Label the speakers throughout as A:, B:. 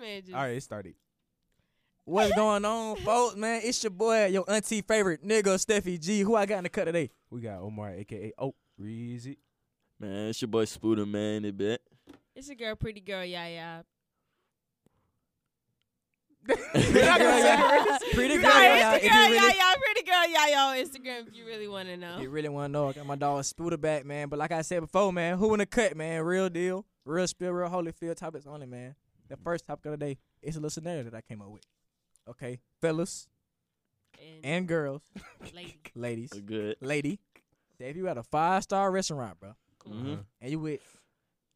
A: man just.
B: All right, it started. What's going on, folks? Man, it's your boy, your auntie favorite nigga, Steffi G. Who I got in the cut today? We got Omar, aka Oh Reezy.
C: Man, it's your boy Spooter, man. It bet.
A: It's a girl, pretty girl, yeah, yeah.
B: Pretty girl, yeah. Pretty girl,
A: Sorry,
B: yeah.
A: it's
B: If
A: the
B: you
A: girl,
B: really,
A: yeah, yeah. Pretty girl, yeah, yeah. Instagram, if you really want to
B: if you
A: know.
B: really want to know, I got my dog Spooter back, man. But like I said before, man, who in the cut, man? Real deal, real spill, real Holyfield topics only, man. The first topic of the day is a little scenario that I came up with. Okay, fellas
A: And,
B: and girls,
A: lady,
B: ladies,
C: Look good.
B: lady, that if you at a five star restaurant, bro,
A: cool.
C: Mhm.
B: and you with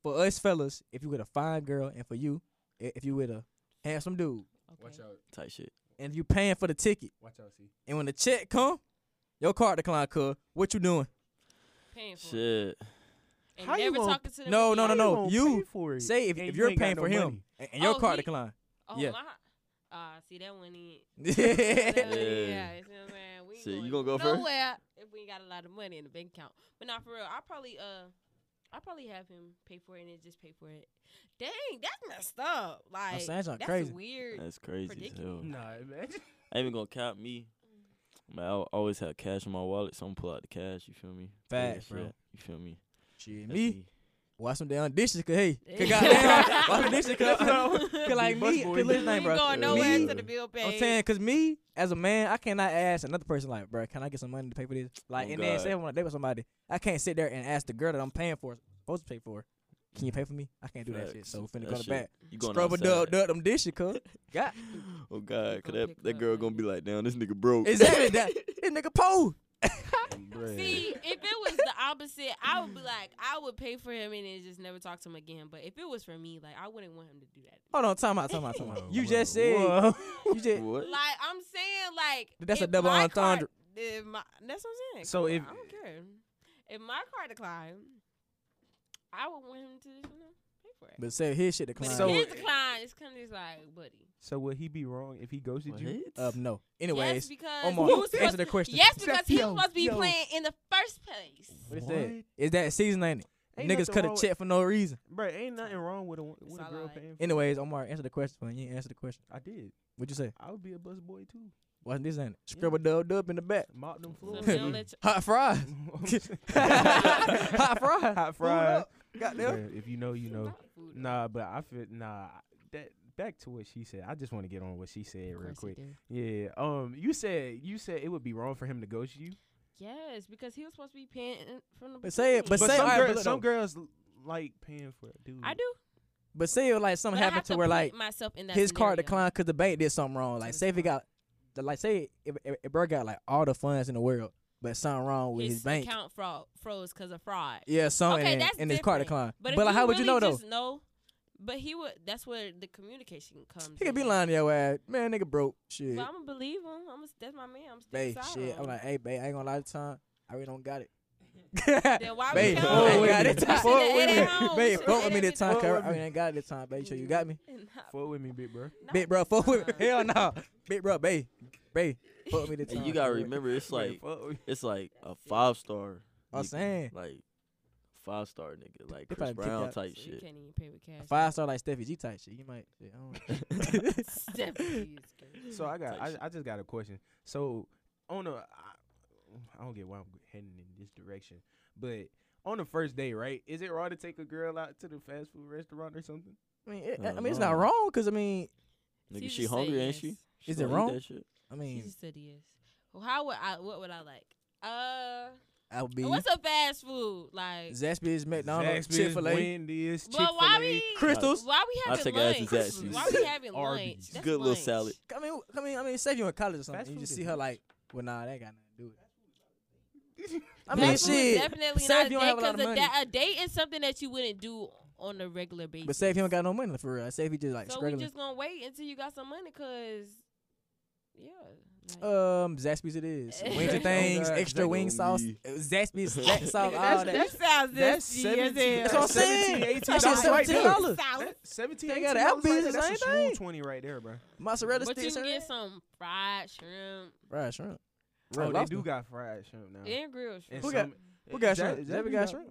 B: for us fellas, if you with a fine girl, and for you, i- if you with a handsome dude,
A: Okay.
D: out.
C: Type shit.
B: and you paying for the ticket,
D: Watch out, see.
B: and when the check come, your card declined, cuz what you doing?
A: Paying for it.
C: Shit.
A: And
D: How you
A: never
D: gonna-
A: talking to them.
B: No,
A: again.
B: no, no, no. You
D: for
B: say if,
D: and
B: if
D: you
B: you're
D: ain't got
B: paying
D: no
B: for him
D: money.
B: and, and your
A: Oh,
B: card
A: he-
B: declined.
A: Oh,
B: Yeah.
A: my. Ah, see, that one in.
B: yeah.
A: That one in,
C: Yeah.
A: yeah. You see what I'm saying? We ain't
C: See, you
A: going
C: gonna go first?
A: nowhere if we ain't got a lot of money in the bank account. But not for real. I probably, uh, I probably have him pay for it and then just pay for it. Dang, that's messed up. Like,
B: saying it's not
A: that's
B: crazy.
A: weird.
C: That's crazy as hell.
D: Nah, man.
C: I ain't even gonna count me.
A: Mm.
C: Man, I al- always have cash in my wallet, so I'm pull out the cash. You feel me? Real
B: Facts, bro.
C: shit, You feel me?
B: Shit,
C: That's
B: me wash some damn dishes, cause hey,
A: Yeah.
B: cause goddamn, wash some dishes, cause,
D: That's what I was-
B: cause like
D: Be busboy.
B: me, cause listen,
A: We
B: like,
A: ain't
B: bro,
A: going
C: Yeah.
A: nowhere
B: me,
A: to the bill pay.
B: I'm saying, cause me as a man, I cannot ask another person like, bro, can I get some money to pay for this? Like,
C: Oh,
B: and then
C: God.
B: say when I date with somebody, I can't sit there and ask the girl that I'm paying for, supposed to pay for, can you pay for me? I can't do that shit.
C: Facts.
B: So we finna go
C: That
B: to
C: shit
B: back,
C: You going
B: scrub a dub,
C: outside.
B: dub them dishes, cause God,
C: Oh God, cause
A: gonna
C: that,
A: pick
C: that
A: up,
C: girl
A: like-
C: gonna be like, damn, this nigga broke.
B: exactly that. This nigga Poe.
A: See, if it was the opposite, I would be like, I would pay for him and then just never talk to him again. But if it was for me, like, I wouldn't want him to do that.
B: Hold on, time out, time out, time out.
D: Whoa,
B: You
D: whoa,
B: just said,
D: whoa.
B: you just
C: What?
A: Like, I'm saying, like,
B: That's a
A: if
B: double
A: my
B: entendre.
A: Card, if my, that's what I'm saying.
D: So
A: Come on,
D: if-
A: I don't care. If my car declined, I would want him to, you know, pay for it.
B: but say his shit
A: But
B: declined.
A: if
D: So-
A: his decline, it's kind of just like, buddy.
D: So would he be wrong if he ghosted you?
B: Uh, no.
A: yes,
B: Anyways,
A: because
B: Omar,
A: he was
B: answer
A: supposed,
B: the question.
A: yes, because he was
D: Yo,
A: supposed to be
D: yo.
A: playing in the first place.
B: What is
D: What?
B: that? Is that season, ain't it?
D: Ain't
B: Niggas
D: nothing
B: cut a
D: wrong with-
B: check for no reason.
D: Bro, ain't nothing wrong with a with
A: It's
D: a
A: all
D: girl
A: right.
D: paying. For
B: Anyways, Omar, answer the question for me. You ain't answer the question.
D: I did.
B: What'd you say?
D: I would be a bus boy too.
B: Wasn't this ain't it? Scribble dub dub in the back.
D: Mop them
A: So
D: floors.
A: they don't let you,
B: Hot fries. Hot fries.
D: Hot fries.
B: Goddamn.
D: Bruh, If you know, you know.
A: Not food,
D: Nah, but I feel nah. That back to what she said. I just want to get on what she said
A: of
D: real
A: course he
D: quick.
A: do.
D: Yeah. Um. You said you said it would be wrong for him to ghost you.
A: Yes, because he was supposed to be paying in- from the
B: But say it-
A: beginning.
B: say-
D: some,
B: alright,
D: girl-
B: but look
D: some
B: though.
D: girls l- like paying for a dude.
A: I do.
B: But say it like something
A: but I
B: happened
A: have
B: to, where
A: put
B: like
A: myself in that
B: his
A: scenario.
B: card declined because the bank did something wrong. Like
A: So
B: say if he
A: declined.
B: got, the- like say if, if, if bro got like all the funds in the world, but something wrong with his, bank.
A: account fraud froze because of fraud.
B: Yeah, something.
A: Okay,
B: and,
A: that's
B: and his card declined.
A: different.
B: But,
A: if
B: like, how would you
A: really
B: know though?
A: just Know, but he would. That's where the communication comes.
B: He could
A: in.
B: be lying to your ass. Man, nigga broke. Shit.
A: But I'm gonna believe him. I'm gonna, that's my man. I'm still
B: Babe,
A: solid
B: shit.
A: on
B: I'm
A: him.
B: like, hey, babe, I ain't gonna lie to time. I really don't got it.
A: Then why we
B: babe,
A: count?
B: I
D: Oh,
B: ain't
D: wait a
B: got it
D: minute.
B: time.
D: Fuck with me.
B: Babe,
A: Shit, that
B: fuck with me
A: ain't
B: this time.
D: Fuck
B: cause
D: with
B: I
D: me.
B: ain't got it time, babe. You sure you got me?
A: Not-
D: Fuck with me, big bro.
A: not
B: Big bro, fuck with me.
A: time.
B: Hell no. Big bro, babe. Babe, fuck with me this time.
C: And you gotta
B: cuz.
C: remember, it's
D: Man,
C: like
D: fuck with-
C: it's like a five star.
B: I'm saying.
C: like five star nigga, like
B: They
C: Chris
B: probably pick
C: Brown
B: out-
C: type
A: So You
C: shit.
A: can't even pay with cash.
B: Five star like Steffi G type shit. You might. Shit, I don't
A: Definitely is crazy.
D: so I got.
C: Type
D: I,
C: shit.
D: I just got a question. So on a, I, I don't get why I'm heading in this direction, but on the first day, right? Is it wrong to take a girl out to the fast food restaurant or something?
B: I mean, it,
C: I
B: I
C: don't
B: mean, it's not
C: know.
B: wrong because I mean,
A: She
C: Nigga, she
A: just said
C: hungry, ain't
A: yes.
C: she? She
B: Is it
C: gonna eat
B: wrong?
C: that shit.
B: I
A: She
B: mean,
A: just said yes. Well, how would I? What would I like? Uh,
B: I would be
A: what's a fast food like?
B: Zaxby's, McDonald's,
D: Zaxby's,
B: Chick Fil A,
D: Wendy's, Chick
A: But why
D: Fil
A: we
D: A.
B: Crystals.
A: Why we
C: I'll
A: having
C: take
A: lunch?
C: ass and Zaxby's.
A: Why we having lunch?
D: Arby's.
A: That's
C: Good little
A: lunch.
C: salad.
B: I mean, I mean, I mean, say if you in college or
D: Fast
B: something, you
D: food
B: just
D: is
B: see her
D: nice.
B: like, well, nah, that got nothing to do with it. I
A: Fast
B: mean,
A: food is
B: shit.
A: Definitely
B: say
A: not
B: if you don't have a lot
A: because
B: of
A: a,
B: money.
A: da- a date is something that you wouldn't do on a regular basis.
B: But say if you don't got no money for real. Say if you just like
A: so we
B: struggling.
A: just gonna wait until you got some money, cause yeah. like-
B: um, Zaxby's it is. Wings and
A: Oh,
B: things,
D: God,
B: extra
C: that
B: wing
C: gonna
B: sauce,
C: be-
B: uh, Zaxby's, that sauce,
A: Nigga,
B: all
A: that's-
B: that.
A: sounds
D: that's
A: zesty as
D: 17
A: hell.
B: That's what I'm saying.
D: 17,
B: That shit
D: $18 right there.
B: $17.
A: Salad.
D: That 17
B: They got
D: $18 right
B: Applebee's,
D: there,
B: the
D: That's a
B: same
D: smooth
B: thing.
D: 20 right there, bro.
B: Mozzarella
A: But you
B: sticks.
A: can
B: and
A: get
B: that.
A: some fried shrimp
B: Fried shrimp.
D: Bro,
B: Red
D: Oh, they
B: lobster.
D: do got fried shrimp now.
A: and grilled shrimp.
D: And
B: Who got-
D: some-
B: who got
D: Zach-
B: shrimp?
D: Zach
B: Zappy
D: be
B: got
D: out-
B: shrimp?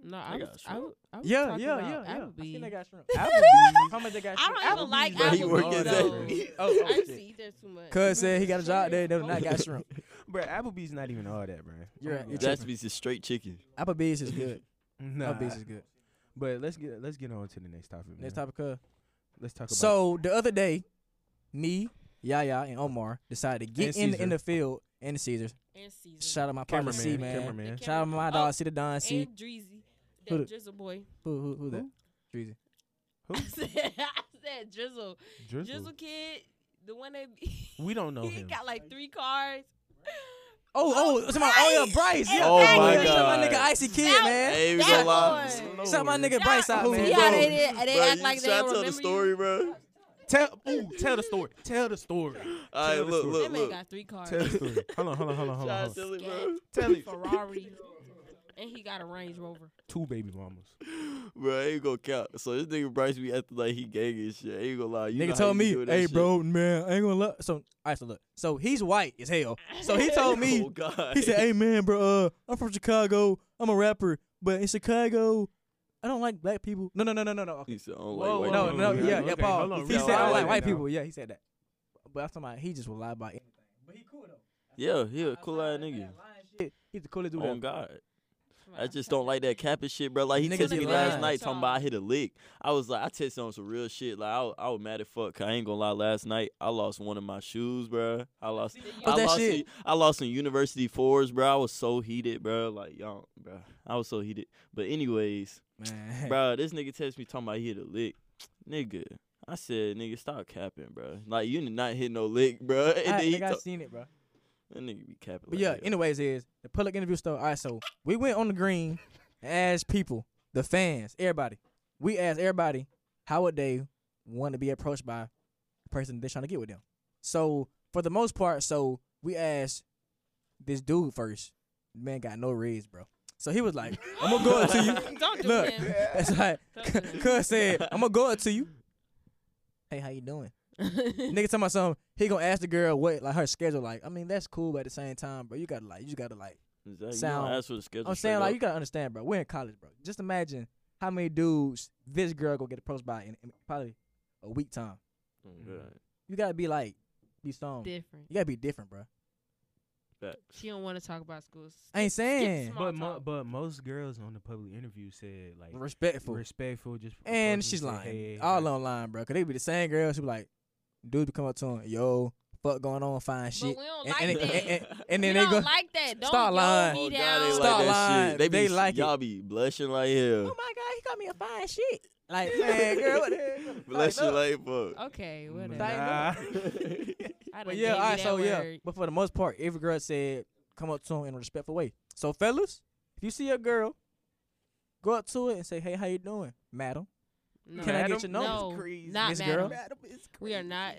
A: No,
C: I
A: I was,
C: got
A: I
C: shrimp.
A: would, I would
B: Yeah,
A: talk
B: yeah,
A: about
B: yeah, yeah. I
A: Applebee's.
B: think they got shrimp.
D: Applebee's.
B: How much they got
A: I
B: shrimp?
A: don't even like
C: Bro, he work
A: Applebee's
C: at
A: though.
C: Applebee's.
B: Oh,
A: I used
B: oh
A: to
B: shit.
A: eat there too much.
B: Cuz said he got a job there, they not got
A: Holy
B: shrimp.
D: Bro, Applebee's not even all that, bro.
B: You're right,
D: Oh my
B: you're
D: God.
B: tripping.
C: That's just straight chicken.
B: Applebee's is good.
D: Nah.
B: Applebee's is good.
D: But let's get let's get on to the next topic.
B: Next
D: man.
B: topic, cuz.
D: Let's talk about
B: So the other day, me, Yaya, and Omar decided to
D: And
B: get in, the-
D: Caesar.
B: in the field and Caesars.
A: And Caesar.
B: Shout out my partner
D: cameraman,
B: C man.
D: cameraman.
A: Cam-
B: Shout out my dog
A: Oh,
B: C the Don C.
A: and Dreezy. That
B: Who the-
A: Drizzle boy.
B: Who who who that? Dreezy.
A: I said, I said Drizzle.
D: Drizzle.
A: Drizzle kid, the one that
D: We don't know
A: he
D: him.
A: got like three cars.
B: Oh oh,
A: Oh,
B: somebody, oh yeah,
A: Bryce.
B: Bryce. Yeah.
C: Oh,
B: yeah,
C: my
B: yeah, Shout out my
C: God.
B: nigga Icy Kid
A: That-
B: man.
C: Hey, we
A: That
C: gonna lie.
A: one.
D: Lord.
B: Shout out my nigga
A: That-
B: Bryce out
D: Who-
B: man.
A: See how they, did, they
C: Bro,
A: act
C: you-
A: like
C: should
A: they
C: I
A: don't
C: tell
A: remember
C: the story,
A: you.
C: bro?
D: Tell ooh, tell the story. Tell the story.
C: All right,
D: Tell the
C: look,
D: story.
A: That
C: look,
A: man
C: look.
A: got three cars.
D: Tell the story. Hold on, hold on, hold on, hold on.
C: Should I
D: Hold on.
C: tell it, bro?
D: Tell it.
A: Ferrari, and he got a Range Rover.
D: Two baby mamas.
C: Bro, I ain't gonna count. So this nigga Bryce be acting like he gang and shit. I ain't gonna lie. You know
B: Nigga
C: how
B: told
C: he
B: me,
C: do that
B: hey
C: shit.
B: bro, man, I ain't gonna lie. So I so look. So he's white as hell. So he told me
C: Oh, God.
B: He said, "Hey man, bro, uh, I'm from Chicago. I'm a rapper, but in Chicago, I don't like black people. No, no, no, no, no, no. Okay.
C: He said, I don't
D: Whoa,
C: like white
B: no,
D: whoa,
C: people.
B: no,
D: whoa,
B: Oh, yeah,
D: whoa,
B: yeah,
D: okay,
B: Paul.
D: hold on,
B: he
C: now
B: said I
C: I
B: don't like
C: like
B: white
D: now.
B: people. Yeah, he said that. But I'm talking about he just will lie about anything. But he cool though.
C: Yeah, he a cool ass nigga.
B: Shit, he's the coolest dude.
C: On
B: ever.
C: God. I just don't like that cap and shit, bro. Like he
B: Niggas
C: texted
B: be
C: me last
B: lying.
C: night talking about I hit a lick. I was like, I texted on some real shit. Like I, wa- I was mad as fuck. 'cause I ain't gonna lie. Last night I lost one of my shoes, bro. I lost.
B: Oh,
C: I
B: that
C: lost.
B: shit.
C: In, I lost in university fours, bro. I was so heated, bro. Like y'all, bro. I was so heated. But anyways,
B: Man,
C: bro, this nigga texted me talking about he hit a lick, nigga. I said, nigga, stop capping, bro. Like you did not hit no lick, bro. And
B: I,
C: then he
B: think I
C: to-
B: seen it, bro.
C: that nigga be capping.
B: But
C: like
B: yeah,
C: that.
B: anyways, is the public interview store. All right, so we went on the green, and asked people, the fans, everybody. We asked everybody how would they want to be approached by the person they're trying to get with them. So for the most part, so we asked this dude first. Man got no raise, bro. So he was like, "I'm gonna go up to you."
A: Don't do
B: Look,
A: him.
B: that's like,
A: Don't do
B: Cuz said, "I'm gonna go up to you." Hey, how you doing?
A: him.
B: Nigga talking about something. He gonna ask the girl what like her schedule like. I mean, that's cool, but at the same time, bro, you gotta like, you gotta like.
C: Exactly. You don't
B: sound-
C: ask for the schedule
B: I'm
C: straight
B: saying like
C: up.
B: you gotta understand, bro. We're in college, bro. Just imagine how many dudes this girl gonna get approached by in, in probably a week time.
C: Oh, God.
B: You gotta be like, be some. You
A: Different.
B: gotta be different, bro.
C: Facts.
A: She don't want to talk about schools.
B: I ain't saying
A: small
D: But mo-
A: talk.
D: but most girls on the public interview said like
B: respectful,
D: respectful, just
B: and
D: approach
B: she's
D: and say,
B: lying,
D: "Hey,
B: all
D: like,
B: online, bro. Cause they be the same girl. She be like, dudes be coming up to him, yo, fuck going on,
A: But
B: fine
A: we
B: shit,
A: don't
B: and,
A: like
B: and,
A: that.
B: and, and, and
A: we
B: then
A: don't
B: they go,
A: like that. Don't
B: Start
A: yo
B: lying.
A: me
C: Oh, God,
A: down.
C: they
B: Stop
C: like that
B: lying.
C: shit. They,
B: They
C: be,
B: like it.
C: y'all be blushing like hell.
B: oh my god, he got me a fine shit. Like, man, girl, what the hell?
C: Blushing
B: look.
C: like fuck.
A: Okay, whatever. I
B: Nah.
A: done
B: But
A: gave
B: yeah,
A: you
B: all right,
A: that
B: so yeah.
A: word.
B: But for the most part, every girl said come up to him in a respectful way. So fellas, if you see a girl, go up to it and say, "Hey, how you doing, madam?"
A: No.
B: Can I
D: Madam
B: get your
D: is
B: number?
A: No,
D: crazy.
A: not
B: Miss girl?
A: madam. We are not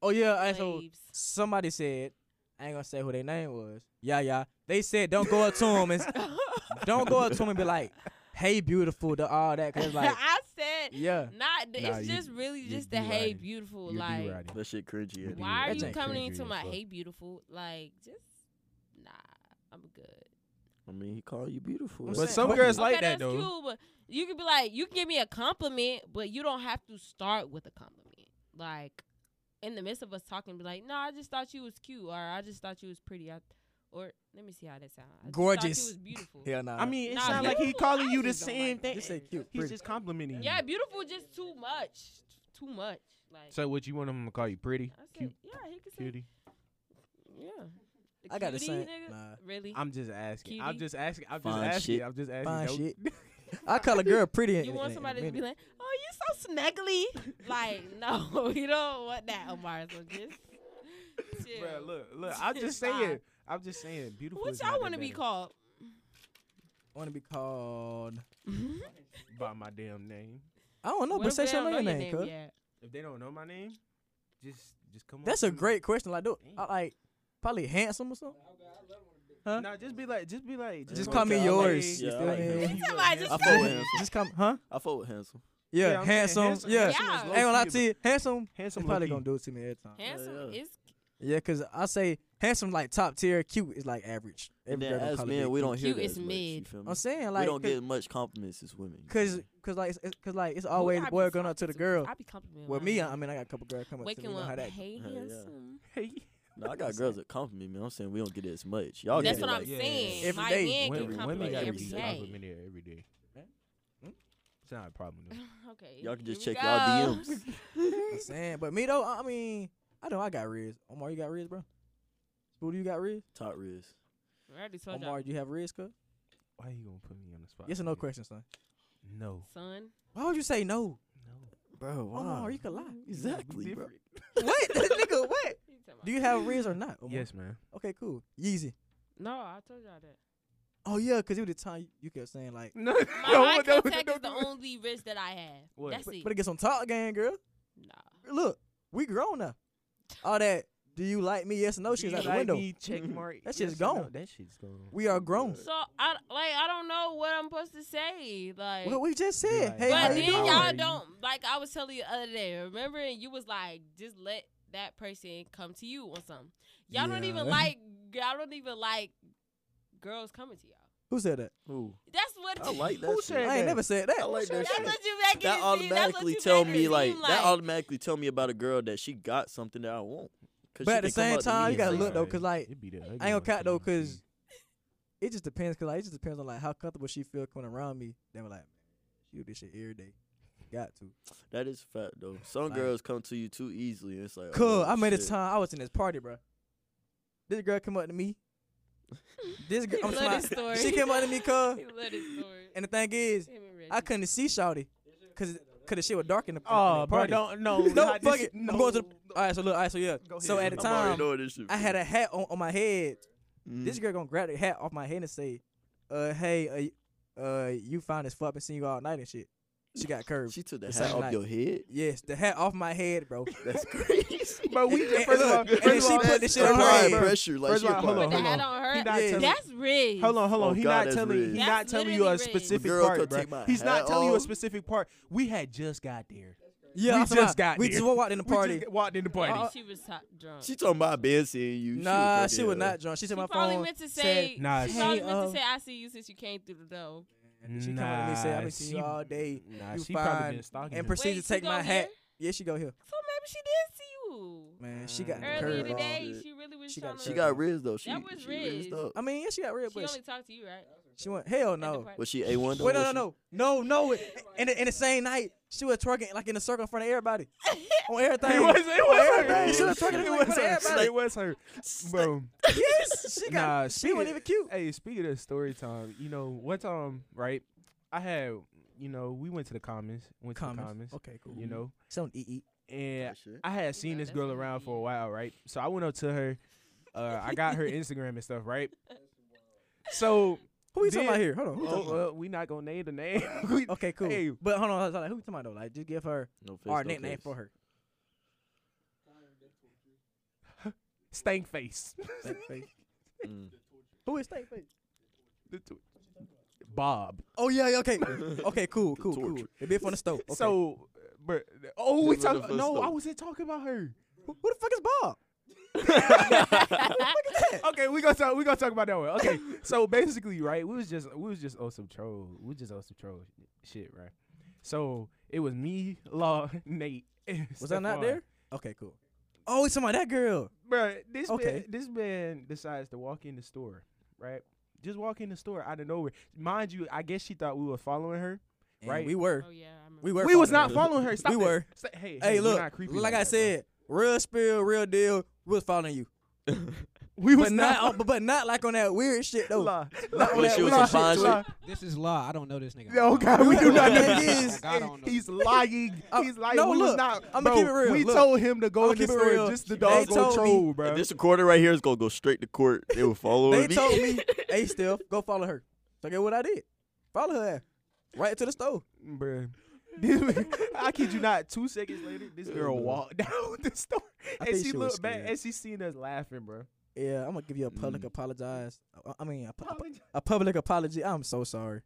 B: Oh yeah, all right, so
A: slaves.
B: somebody said, I ain't gonna say who their name was. Yeah, yeah. They said don't go up to him and s- don't go up to him and be like, "Hey, beautiful," to all that. Cause like,
A: I said
B: yeah,
A: not. th-
D: Nah,
A: it's
D: you-
A: just really
D: you
A: just
D: be
A: the hey
D: riding.
A: beautiful.
D: You're
A: Like
D: deriding.
C: That shit cringy.
D: You
C: as
D: be
A: why are
C: hell.
B: That
A: you
B: ain't
A: coming
D: cringy
A: into
D: as
A: my
D: fuck.
A: hey beautiful? Like just nah, I'm good.
C: I mean, he called you beautiful.
B: But
D: But
B: saying-
D: some
B: but-
D: girls like
A: okay,
D: that
A: that's
D: though.
A: Cute, but you could be like, you can give me a compliment, but you don't have to start with a compliment. Like in the midst of us talking, be like, no, I just thought you was cute, or I just thought you was pretty, I, or let me see how that sounds.
B: Gorgeous.
A: you was beautiful.
B: hell nah.
D: I mean, it
A: Nah,
D: sounds like he
A: beautiful,
D: calling
A: I
D: you the
A: just don't
D: same
A: like that.
D: thing.
B: just say cute,
D: He's
B: pretty.
D: just complimenting
A: yeah,
D: you.
A: beautiful just too much, too much. Like
D: So what you want him to call you pretty,
A: I said,
D: cute,
A: yeah, he could say,
D: cutie?
A: yeah. The
B: I got the
A: cutie,
B: same.
A: nigga?
B: Nah.
A: Really?
D: I'm just asking. I'm
A: Cutie.
D: just asking. I'm just
C: Fine
D: asking.
C: shit.
D: I'm just asking.
B: Fine
D: Don't-
B: shit. I call a girl pretty. in-
A: you
B: in-
A: want
B: in a
A: somebody to
B: minute.
A: be like, "Oh, you so snuggly." like, no, you don't want that, Omar. So just, chill.
D: Bruh, look, look. I'm just
A: Bye.
D: saying. I'm just saying. Beautiful.
A: what
D: is
A: y'all
D: not
A: want to be
D: embedded
A: called?
B: I want to be called.
D: by my damn name.
B: I don't know,
A: What
B: but
A: if
B: say
A: they don't
B: something on
A: know
B: your name, cuz.
A: yet?
D: If they don't know my name, just just come. up
B: That's a
D: to me.
B: great question. Like, do I
D: Damn.
B: like probably handsome or something? Huh?
D: Nah, just be like, just be like,
B: Just
C: Yeah,
B: call
C: like,
B: me
C: I like-
B: yours.
C: yeah,
B: you
C: I
B: feel
C: like
B: me?
C: handsome.
A: You somebody
C: I
A: just
C: fuck with handsome.
B: Just come, huh?
C: I fuck with handsome.
B: Yeah,
D: Yeah, I'm saying
B: handsome.
D: handsome
B: Yeah,
D: is
A: Yeah.
D: low
B: ain't gonna lie
D: key,
B: to you, handsome.
D: but Handsome.
B: It's probably
D: low-key.
B: gonna do it to me every time.
A: handsome
C: yeah.
A: is
B: Yeah, cause I say handsome like top tier, cute is like average.
C: And
B: every
C: then
B: girl don't
C: as
B: call it
C: men,
B: big
C: we
B: dick.
C: don't hear
A: Cute
C: that
A: is
C: as much. You
A: mid.
C: feel me?
B: I'm saying
C: we
B: like
C: don't get much compliments as women.
B: cause cause like it's, cause like it's always
A: Who I
B: the
A: be
B: boy going up to the
A: talking
B: girl.
A: I be complimenting.
B: Well,
A: my
B: me,
A: man.
B: I mean, I got a couple girls coming up to me.
A: waking
B: you know how
A: up.
B: that-
A: Hey,
C: Hell yeah.
A: handsome.
C: no, I got girls that compliment me. I'm saying we don't get it as much. Y'all
A: That's
C: get
A: what
C: it
A: I'm
C: like,
D: Yeah.
A: saying.
B: Every
A: my
B: day.
A: man get
C: Women- women
A: complimented
C: gotta be
A: every day.
D: complimented every day.
B: Hmm?
D: It's not a problem. though.
A: okay.
C: Y'all can just
A: here we
C: check y'all
A: go.
C: DMs.
B: I'm saying, but me though, I mean, I know I got Riz. Omar, you got Riz, bro. Boo, you got Riz.
C: Top Riz.
A: I already told
B: Omar,
A: y'all,
B: do you have Riz, cuz?
D: Why you gonna put me on the spot?
B: Yes or no
D: like that?
B: question, son.
D: No,
A: son.
B: Why would you say no?
D: no.
A: Oh,
C: Bro,
B: Omar, you could lie.
C: Exactly, bro.
D: Different.
B: what,
A: You
B: nigga? What?
A: talking about-
B: Do you have Riz or not? Omar?
D: Yes, man.
B: Okay, cool. Yeezy.
A: No, I told y'all that.
B: Oh yeah, cause it was the time you- you kept saying like,
D: No,
A: My
D: no,
A: eye
D: no, no,
A: contact
D: no,
A: is the
D: no.
A: only risk that I have.
D: What?
A: That's it.
B: but get some talk game, girl.
A: nah.
B: Look, we grown now. All that. Do you like me? Yes or no.
D: Do
B: Shit's
D: you
B: out the
D: like
B: window.
D: me? Check mark.
B: That shit's
D: yes or no?
B: gone.
D: Mm-hmm. That shit's gone.
B: We are grown.
A: So I like I don't know what I'm supposed to say. Like,
B: What we just
D: Be
B: said.
D: like,
B: Hey,
A: but
B: how
A: then
B: you doing?
A: y'all
D: How are you?
A: don't like I was telling you the other day. Remember, and you was like, just let that person come to you on something. Y'all don't even
B: Yeah.
A: like. Y'all don't even like girls coming to y'all.
B: Who said that?
C: Ooh,
A: That's what.
C: I like that.
D: Who
C: shit.
D: said
B: I ain't
D: that.
B: never said that.
C: I like that
A: That's
C: shit.
A: what you making
C: that
A: it seem. That's what
C: automatically
A: you
C: tell
A: making it
C: me like,
A: seem
C: that automatically tell me about a girl that she got something that I want. 'Cause she
B: But at the
C: can come
B: same
C: up to me
B: time, you
C: and
B: gotta
C: say
B: look though,
C: something.
B: cause like
D: It be the
B: I ain't gonna cat though, cause it just depends. Cause like it just depends on like how comfortable she feel coming around me. Then we're like, she do this shit every day. Got to.
C: that is fact though. Some
B: Like-
C: girls come to you too easily. And it's like,
B: Cool.
C: oh,
B: I made
C: shit.
B: this time. I was in this party, bro. This girl come up to me. This girl,
A: He
B: I'm
A: love
B: smart.
A: this story.
B: She came up to me, cuz.
A: He love this story.
B: And the thing is,
A: Him and
B: I
A: Reggie.
B: couldn't see Shawty, cause cause the shit was dark in the, in the
D: Oh, bro,
B: party.
D: don't no.
B: no,
D: not this
B: fuck it.
D: shit, No.
B: I'm going to. The, all right, so look, all right, so yeah.
D: Go
B: So
D: ahead.
B: at the
C: I'm already
B: time,
C: knowing this shit,
B: I had
C: bro.
B: a hat on, on my head.
D: Mm-hmm.
C: Mm.
B: This girl gonna grab the hat off my head and say, "Uh, hey, uh, uh you found this fuck been seeing you all night and shit." She got curved.
C: She took the
B: the
C: hat
B: same
C: off
B: night.
C: your head.
B: yes, the hat off my head, bro.
C: That's crazy.
D: Bro, we
B: And-
D: just
B: and
D: first of
B: look,
D: all,
B: and
D: first of
B: she
D: all,
B: put this shit
D: first
B: on
D: of
B: her
D: all,
B: head.
D: bro,
C: pressure. Like
D: First
C: she
D: of all,
C: applied.
D: hold
A: Put
D: on,
A: the hat
D: hold on.
A: on her.
D: He not
B: Yeah.
D: telling-
A: That's rigged.
D: Hold on, hold on.
C: Oh,
D: He
C: God,
D: not
C: that's
D: telling
C: red.
D: he
A: That's
D: not telling you a
A: literally red.
D: specific
C: Girl
D: part,
C: could
D: bro.
C: take my
D: He's
C: hat Oh.
D: not telling you a
C: off.
D: specific part. We had just got there.
B: Yeah,
D: We
B: I'm
D: just
B: sorry.
D: got
B: We
D: there.
B: just walked in the
D: We
B: party.
D: just walked in the party.
A: Maybe
B: Uh,
A: she was hot, drunk.
C: She talking about Ben seeing you.
B: Nah, she
C: fucking
B: was
C: hell.
B: not drunk. She said
A: She
B: my
A: probably
B: phone.
A: meant to
B: said- um,
A: say.
D: Nah,
A: she
D: she-
A: probably meant
B: Hey,
A: to say, "I see you since you came through the door."
B: She come up to me and say, "I've been
D: Nah,
B: seeing
D: she-
B: you all day."
D: Nah,
B: You
D: she probably
B: fine.
D: been stalking
B: And
D: him.
B: proceed to
A: Wait, she
B: take
A: go
B: my
A: here?
B: hat. Yeah, she go here.
A: So maybe she did see you
B: Man, she got
C: Mm.
A: earlier
B: curved.
C: Curve
A: today.
C: off.
A: She really was
B: She
A: trying
B: got-
A: to.
C: She got Riz though. She,
A: That was
C: she rizzed
A: Riz.
C: up.
B: I mean, yeah, she got real,
A: She
B: but
A: only
B: she,
A: talked to you, right?
B: she went hell
A: At the
B: no.
A: party.
C: Was she a one though?
B: Wait, no,
C: Was
B: no,
C: she-
B: no, no, no. In the, in the same night, she was twerking like in a circle in front of everybody on everything.
D: It was, it was her.
B: She was twerking in
D: It was
B: front of
D: her.
B: everybody.
D: It was her. Bro.
B: Yes, she got.
D: Nah,
B: she
D: speaking-
B: wasn't even cute.
D: Hey, speaking of story time, you know, one time, right? I had, you know, we went to the commons, went to the commons,
B: Okay, cool.
D: you know,
B: Some eat eat.
D: and
C: Oh, shit.
D: I had seen this
A: that's
D: girl
A: gonna
D: around
A: be-
D: for a while, right? So I went up to her, uh, I got her Instagram and stuff, right? So
B: Who we talking
D: Then-
B: about here? Hold on. Who we talking
D: oh,
B: about?
D: well, we not gonna name the name. We-
B: Okay, cool.
D: Hey.
B: But hold on, hold on, who we talking about though? Like, just give her
C: No face,
B: our
C: no
B: nickname
C: case.
B: for her.
D: Stank face.
B: Stank face.
C: Mm.
B: Who is Stank face?
D: The tw- Bob.
B: Oh yeah, yeah, okay, okay, cool, cool, cool.
C: torture.
B: The bitch on the stove. Okay.
D: So, but oh, we
C: This was the
D: talk.
C: first
D: No, I
C: story.
D: wasn't talking about her.
B: who, who the fuck is Bob?
D: okay, we gonna talk. We gonna talk about that one. Okay, so basically, right, we was just we was just on some troll. We was just on some troll shit, right? So it was me, Law, Nate. and
B: Was I not
D: Stephon.
B: there? Okay, cool. Oh, we talking about that girl.
D: Bruh, This
B: Okay.
D: man, this man decides to walk in the store, right? Just walk in the store out of nowhere. Mind you, I guess she thought we were following her.
B: And
D: Right.
B: We were.
A: Oh yeah, I remember.
B: We were.
D: we was not
B: following her.
D: following her. Stop
B: We
D: it.
B: were.
D: Sa- hey,
B: Hey,
D: we're
B: look.
D: not creepy
B: like, I
D: that, bro.
B: said, real spill, real deal. We was following you,
D: we was
B: but not, on- but, but not like on that weird shit though.
D: Lie.
B: Not on
C: When
B: that
C: she was
B: weird
C: on
B: shit.
C: Vine
B: to
C: shit.
B: where-
E: This is law. I don't know this nigga.
B: Oh,
D: No, God, we do not know.
B: That is-
E: God, I don't know.
D: He's lying.
B: Oh,
D: He's lying.
B: no,
D: we
B: look,
D: was not.
B: I'ma
D: bro,
B: keep it real,
D: We
B: look.
D: told him to go
B: I'ma
D: in the
B: keep it
D: store
B: real.
D: just the
B: They
D: dog go
B: told me-
D: troll, bro.
C: This recorder right here is gonna go straight to court. They will follow
B: They
C: me.
B: told me, hey, Steph, go follow her. So get what I did. Follow her ass. right to the stove.
D: Bruh. This- I kid you not. Two seconds later, this girl walked down the store
B: I
D: and
B: think
D: she
B: she was
D: looked back
B: scared.
D: and she seen us laughing, bro.
B: Yeah, I'm gonna give you a public
C: Mm.
B: apologize. Uh, I, I mean, a, pu- a pu- a public apology. I'm so sorry.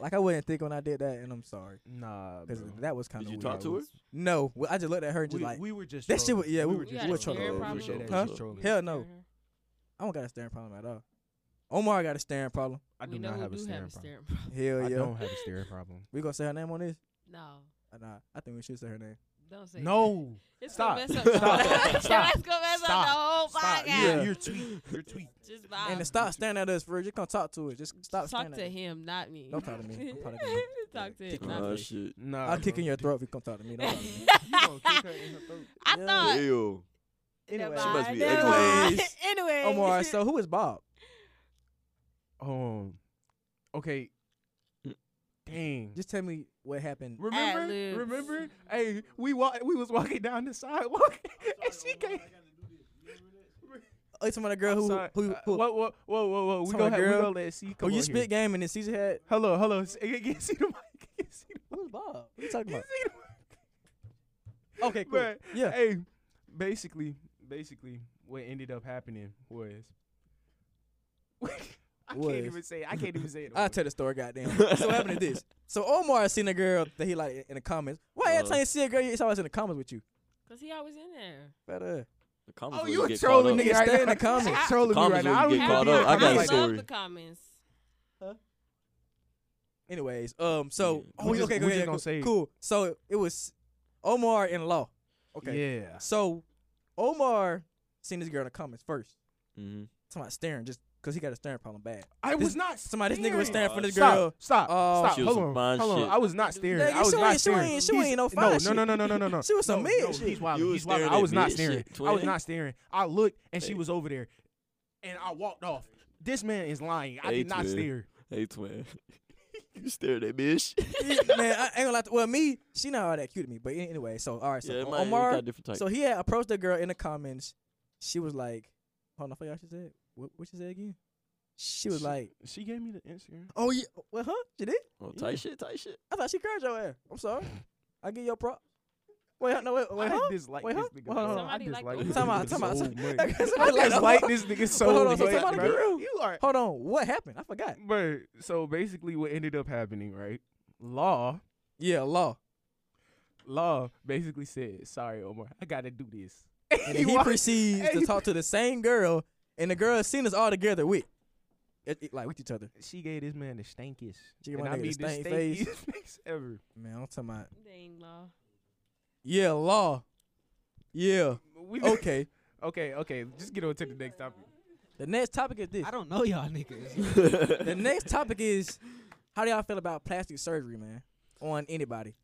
B: like I wouldn't think when I did that, and I'm sorry
D: Nah,
B: because
D: bro.
B: that was kind
C: Did
B: of
C: you
B: weird.
C: talk to her?
B: No, well, I just looked at her and just
D: we,
B: like,
D: we were just
B: That shit
D: trolling.
B: was- yeah, we
D: were
B: were-
A: we had
B: we were
A: a
B: trolling.
A: staring
C: Huh?
A: problem.
D: Appreciate that
B: Huh?
D: shit trolling.
B: hell no.
A: Staring.
B: I don't got a staring problem at all. Omar got a staring problem.
D: I
A: we
D: do
A: know
D: not
A: who
D: have a
A: do
D: staring
A: have a
D: problem.
A: staring problem.
B: Hell
D: I
B: Oh, yeah.
D: don't have a staring problem.
B: We gonna say her name on this?
A: No,
B: Uh, Nah, I think we should say her name.
A: don't say
D: No,
A: That. It's
D: Stop.
A: Gonna mess up the
D: Stop.
A: whole-
D: Stop.
A: It's gonna mess
D: Stop.
A: up the whole
D: stop.
A: podcast.
D: Yeah, you're tweet. You're tweet.
A: Just
B: and
A: vibe.
B: to stop staring at us, Virg. Just come talk to us. Just
A: talk
B: stop staring
A: to
B: at us.
A: him, not me.
B: Don't talk to me. Don't talk to me.
A: talk to him,
B: Kick
A: not
C: Oh
A: me.
C: shit.
D: Nah,
B: I'll kick
D: bro.
B: in your throat if you come talk to me. Don't talk to me.
A: I
B: Yeah.
A: thought.
C: Ew.
B: Anyway.
A: Never
C: She must
A: mind,
C: be
A: never
C: ugly.
A: mind. Anyway.
B: Omar, so who is Bob?
D: Um. Okay. Dang.
B: Just tell me what happened.
D: Remember?
A: Ad-libs.
D: Remember? Hey, we wa- we was walking down the sidewalk, and she came.
B: Oh, you talking about a girl who
D: Sorry.
B: who
D: Uh,
B: who,
D: whoa, whoa, whoa, whoa, whoa. We
B: Sorry,
D: gonna have, we
B: girl.
D: gonna let see.
B: who
D: Come
B: you
D: on
B: spit
D: Here.
B: game and then Caesar had.
D: Hello, hello. s- You can see the mic. You can see the
B: Who's Bob? What you talking
D: mic. You
B: about?
D: see the mic.
B: Okay, cool.
D: Bruh,
B: Yeah.
D: Hey, basically, basically, what ended up happening was. I
B: Was.
D: can't even say. it. I can't even say it.
B: I'll tell the story, goddamn. so what happened to this? So Omar seen a girl that he liked in the comments. Why every
C: Uh-huh.
B: time you see a girl, it's always in the comments with you?
A: Cause he always in there.
B: But uh,
C: The comments
D: Oh,
C: where
D: you a
C: get
D: trolling
C: caught
B: nigga.
D: nigga
C: up.
B: Stay
D: right
B: in the
D: there.
B: comments.
D: You trolling me right
C: Comments
D: now. I
C: where you
D: don't
C: get
D: even
C: caught
D: be in
C: up. I got a
D: comments.
A: love
C: story.
A: the comments.
B: anyways, um, so
C: Yeah.
B: oh,
D: We just-
B: okay,
D: we
B: go
D: just
B: ahead,
D: gonna
B: cool,
D: say-
B: cool. So it was Omar and Law. Okay.
D: Yeah.
B: So Omar seen this girl in the comments first.
C: Mhm.
B: Talking about staring, just cause he got a staring problem bad.
D: I
B: This-
D: was not
B: Somebody, this nigga was
D: staring.
B: staring for this
D: Stop,
B: girl.
D: Stop!
B: Oh,
D: stop!
C: She was
D: hold
C: some
D: on!
C: fine
D: Hold on!
C: shit.
D: I was not staring.
B: Nigga,
D: I was
B: she
D: not
B: ain't- she
D: staring.
B: ain't- she
D: He's-
B: ain't no fine
D: no,
B: shit.
D: no, no, no, no, no, no.
B: She was some
D: no,
B: mid
D: no,
B: shit.
D: He's wild.
C: You was
D: he's wild.
C: staring
D: I
C: at
D: was
C: me
D: not
C: and shit,
D: staring. I was
C: twin.
D: not staring. I looked and she
C: Hey.
D: was over there, and I walked off. This man is lying. I
C: Hey,
D: did not
C: twin.
D: stare.
C: Hey twin. you staring at bitch.
B: man, I ain't gonna lie. To, well, me, she not all that cute to me. But anyway, so all right, so uh,
C: yeah, it might it
B: Omar,
C: got different types.
B: So he had approached the girl in the comments. She was like, "Hold on, I forgot what she said. What what she said again?" She was
D: She-
B: like,
D: She gave me the Instagram.
B: "Oh yeah, well, huh? She did?
C: oh,
D: yeah.
C: tight shit, tight shit.
B: I thought she curved your ass. I'm sorry. I give your prop. Wait, huh? no, wait, wait,
D: I
B: huh?
D: dislike
B: Wait,
D: this
B: huh?
D: nigga.
B: Well, hold on.
D: bro. I
A: Somebody like
D: dislike
A: the-
D: this
B: Time out,
D: nigga
B: time out.
D: so much.
B: I
D: I dislike
B: hold on.
D: this nigga so
B: hold on, so
D: much,
B: somebody
D: bro.
B: get real.
D: You are
B: Hold on, what happened? I forgot.
D: But so basically, what ended up happening, right? Law,
B: Yeah, law.
D: law basically said, "Sorry, Omar, I gotta do this."
B: And he,
D: walked-
B: proceeds
D: Hey.
B: to talk to the same girl, and the girl seen us all together with, it, it- like with each other.
D: She gave this man the stankiest,
B: She gave
D: and
B: my
D: I
B: nigga the
D: mean the
B: stank
D: stankiest face. ever.
B: Man, I'm talking about
A: Dang, law.
B: yeah, law. Yeah.
D: We-
B: Okay.
D: okay, okay. Just get on to the next topic.
B: the next topic is this.
E: I don't know y'all niggas.
B: The next topic is how do y'all feel about plastic surgery, man, on anybody?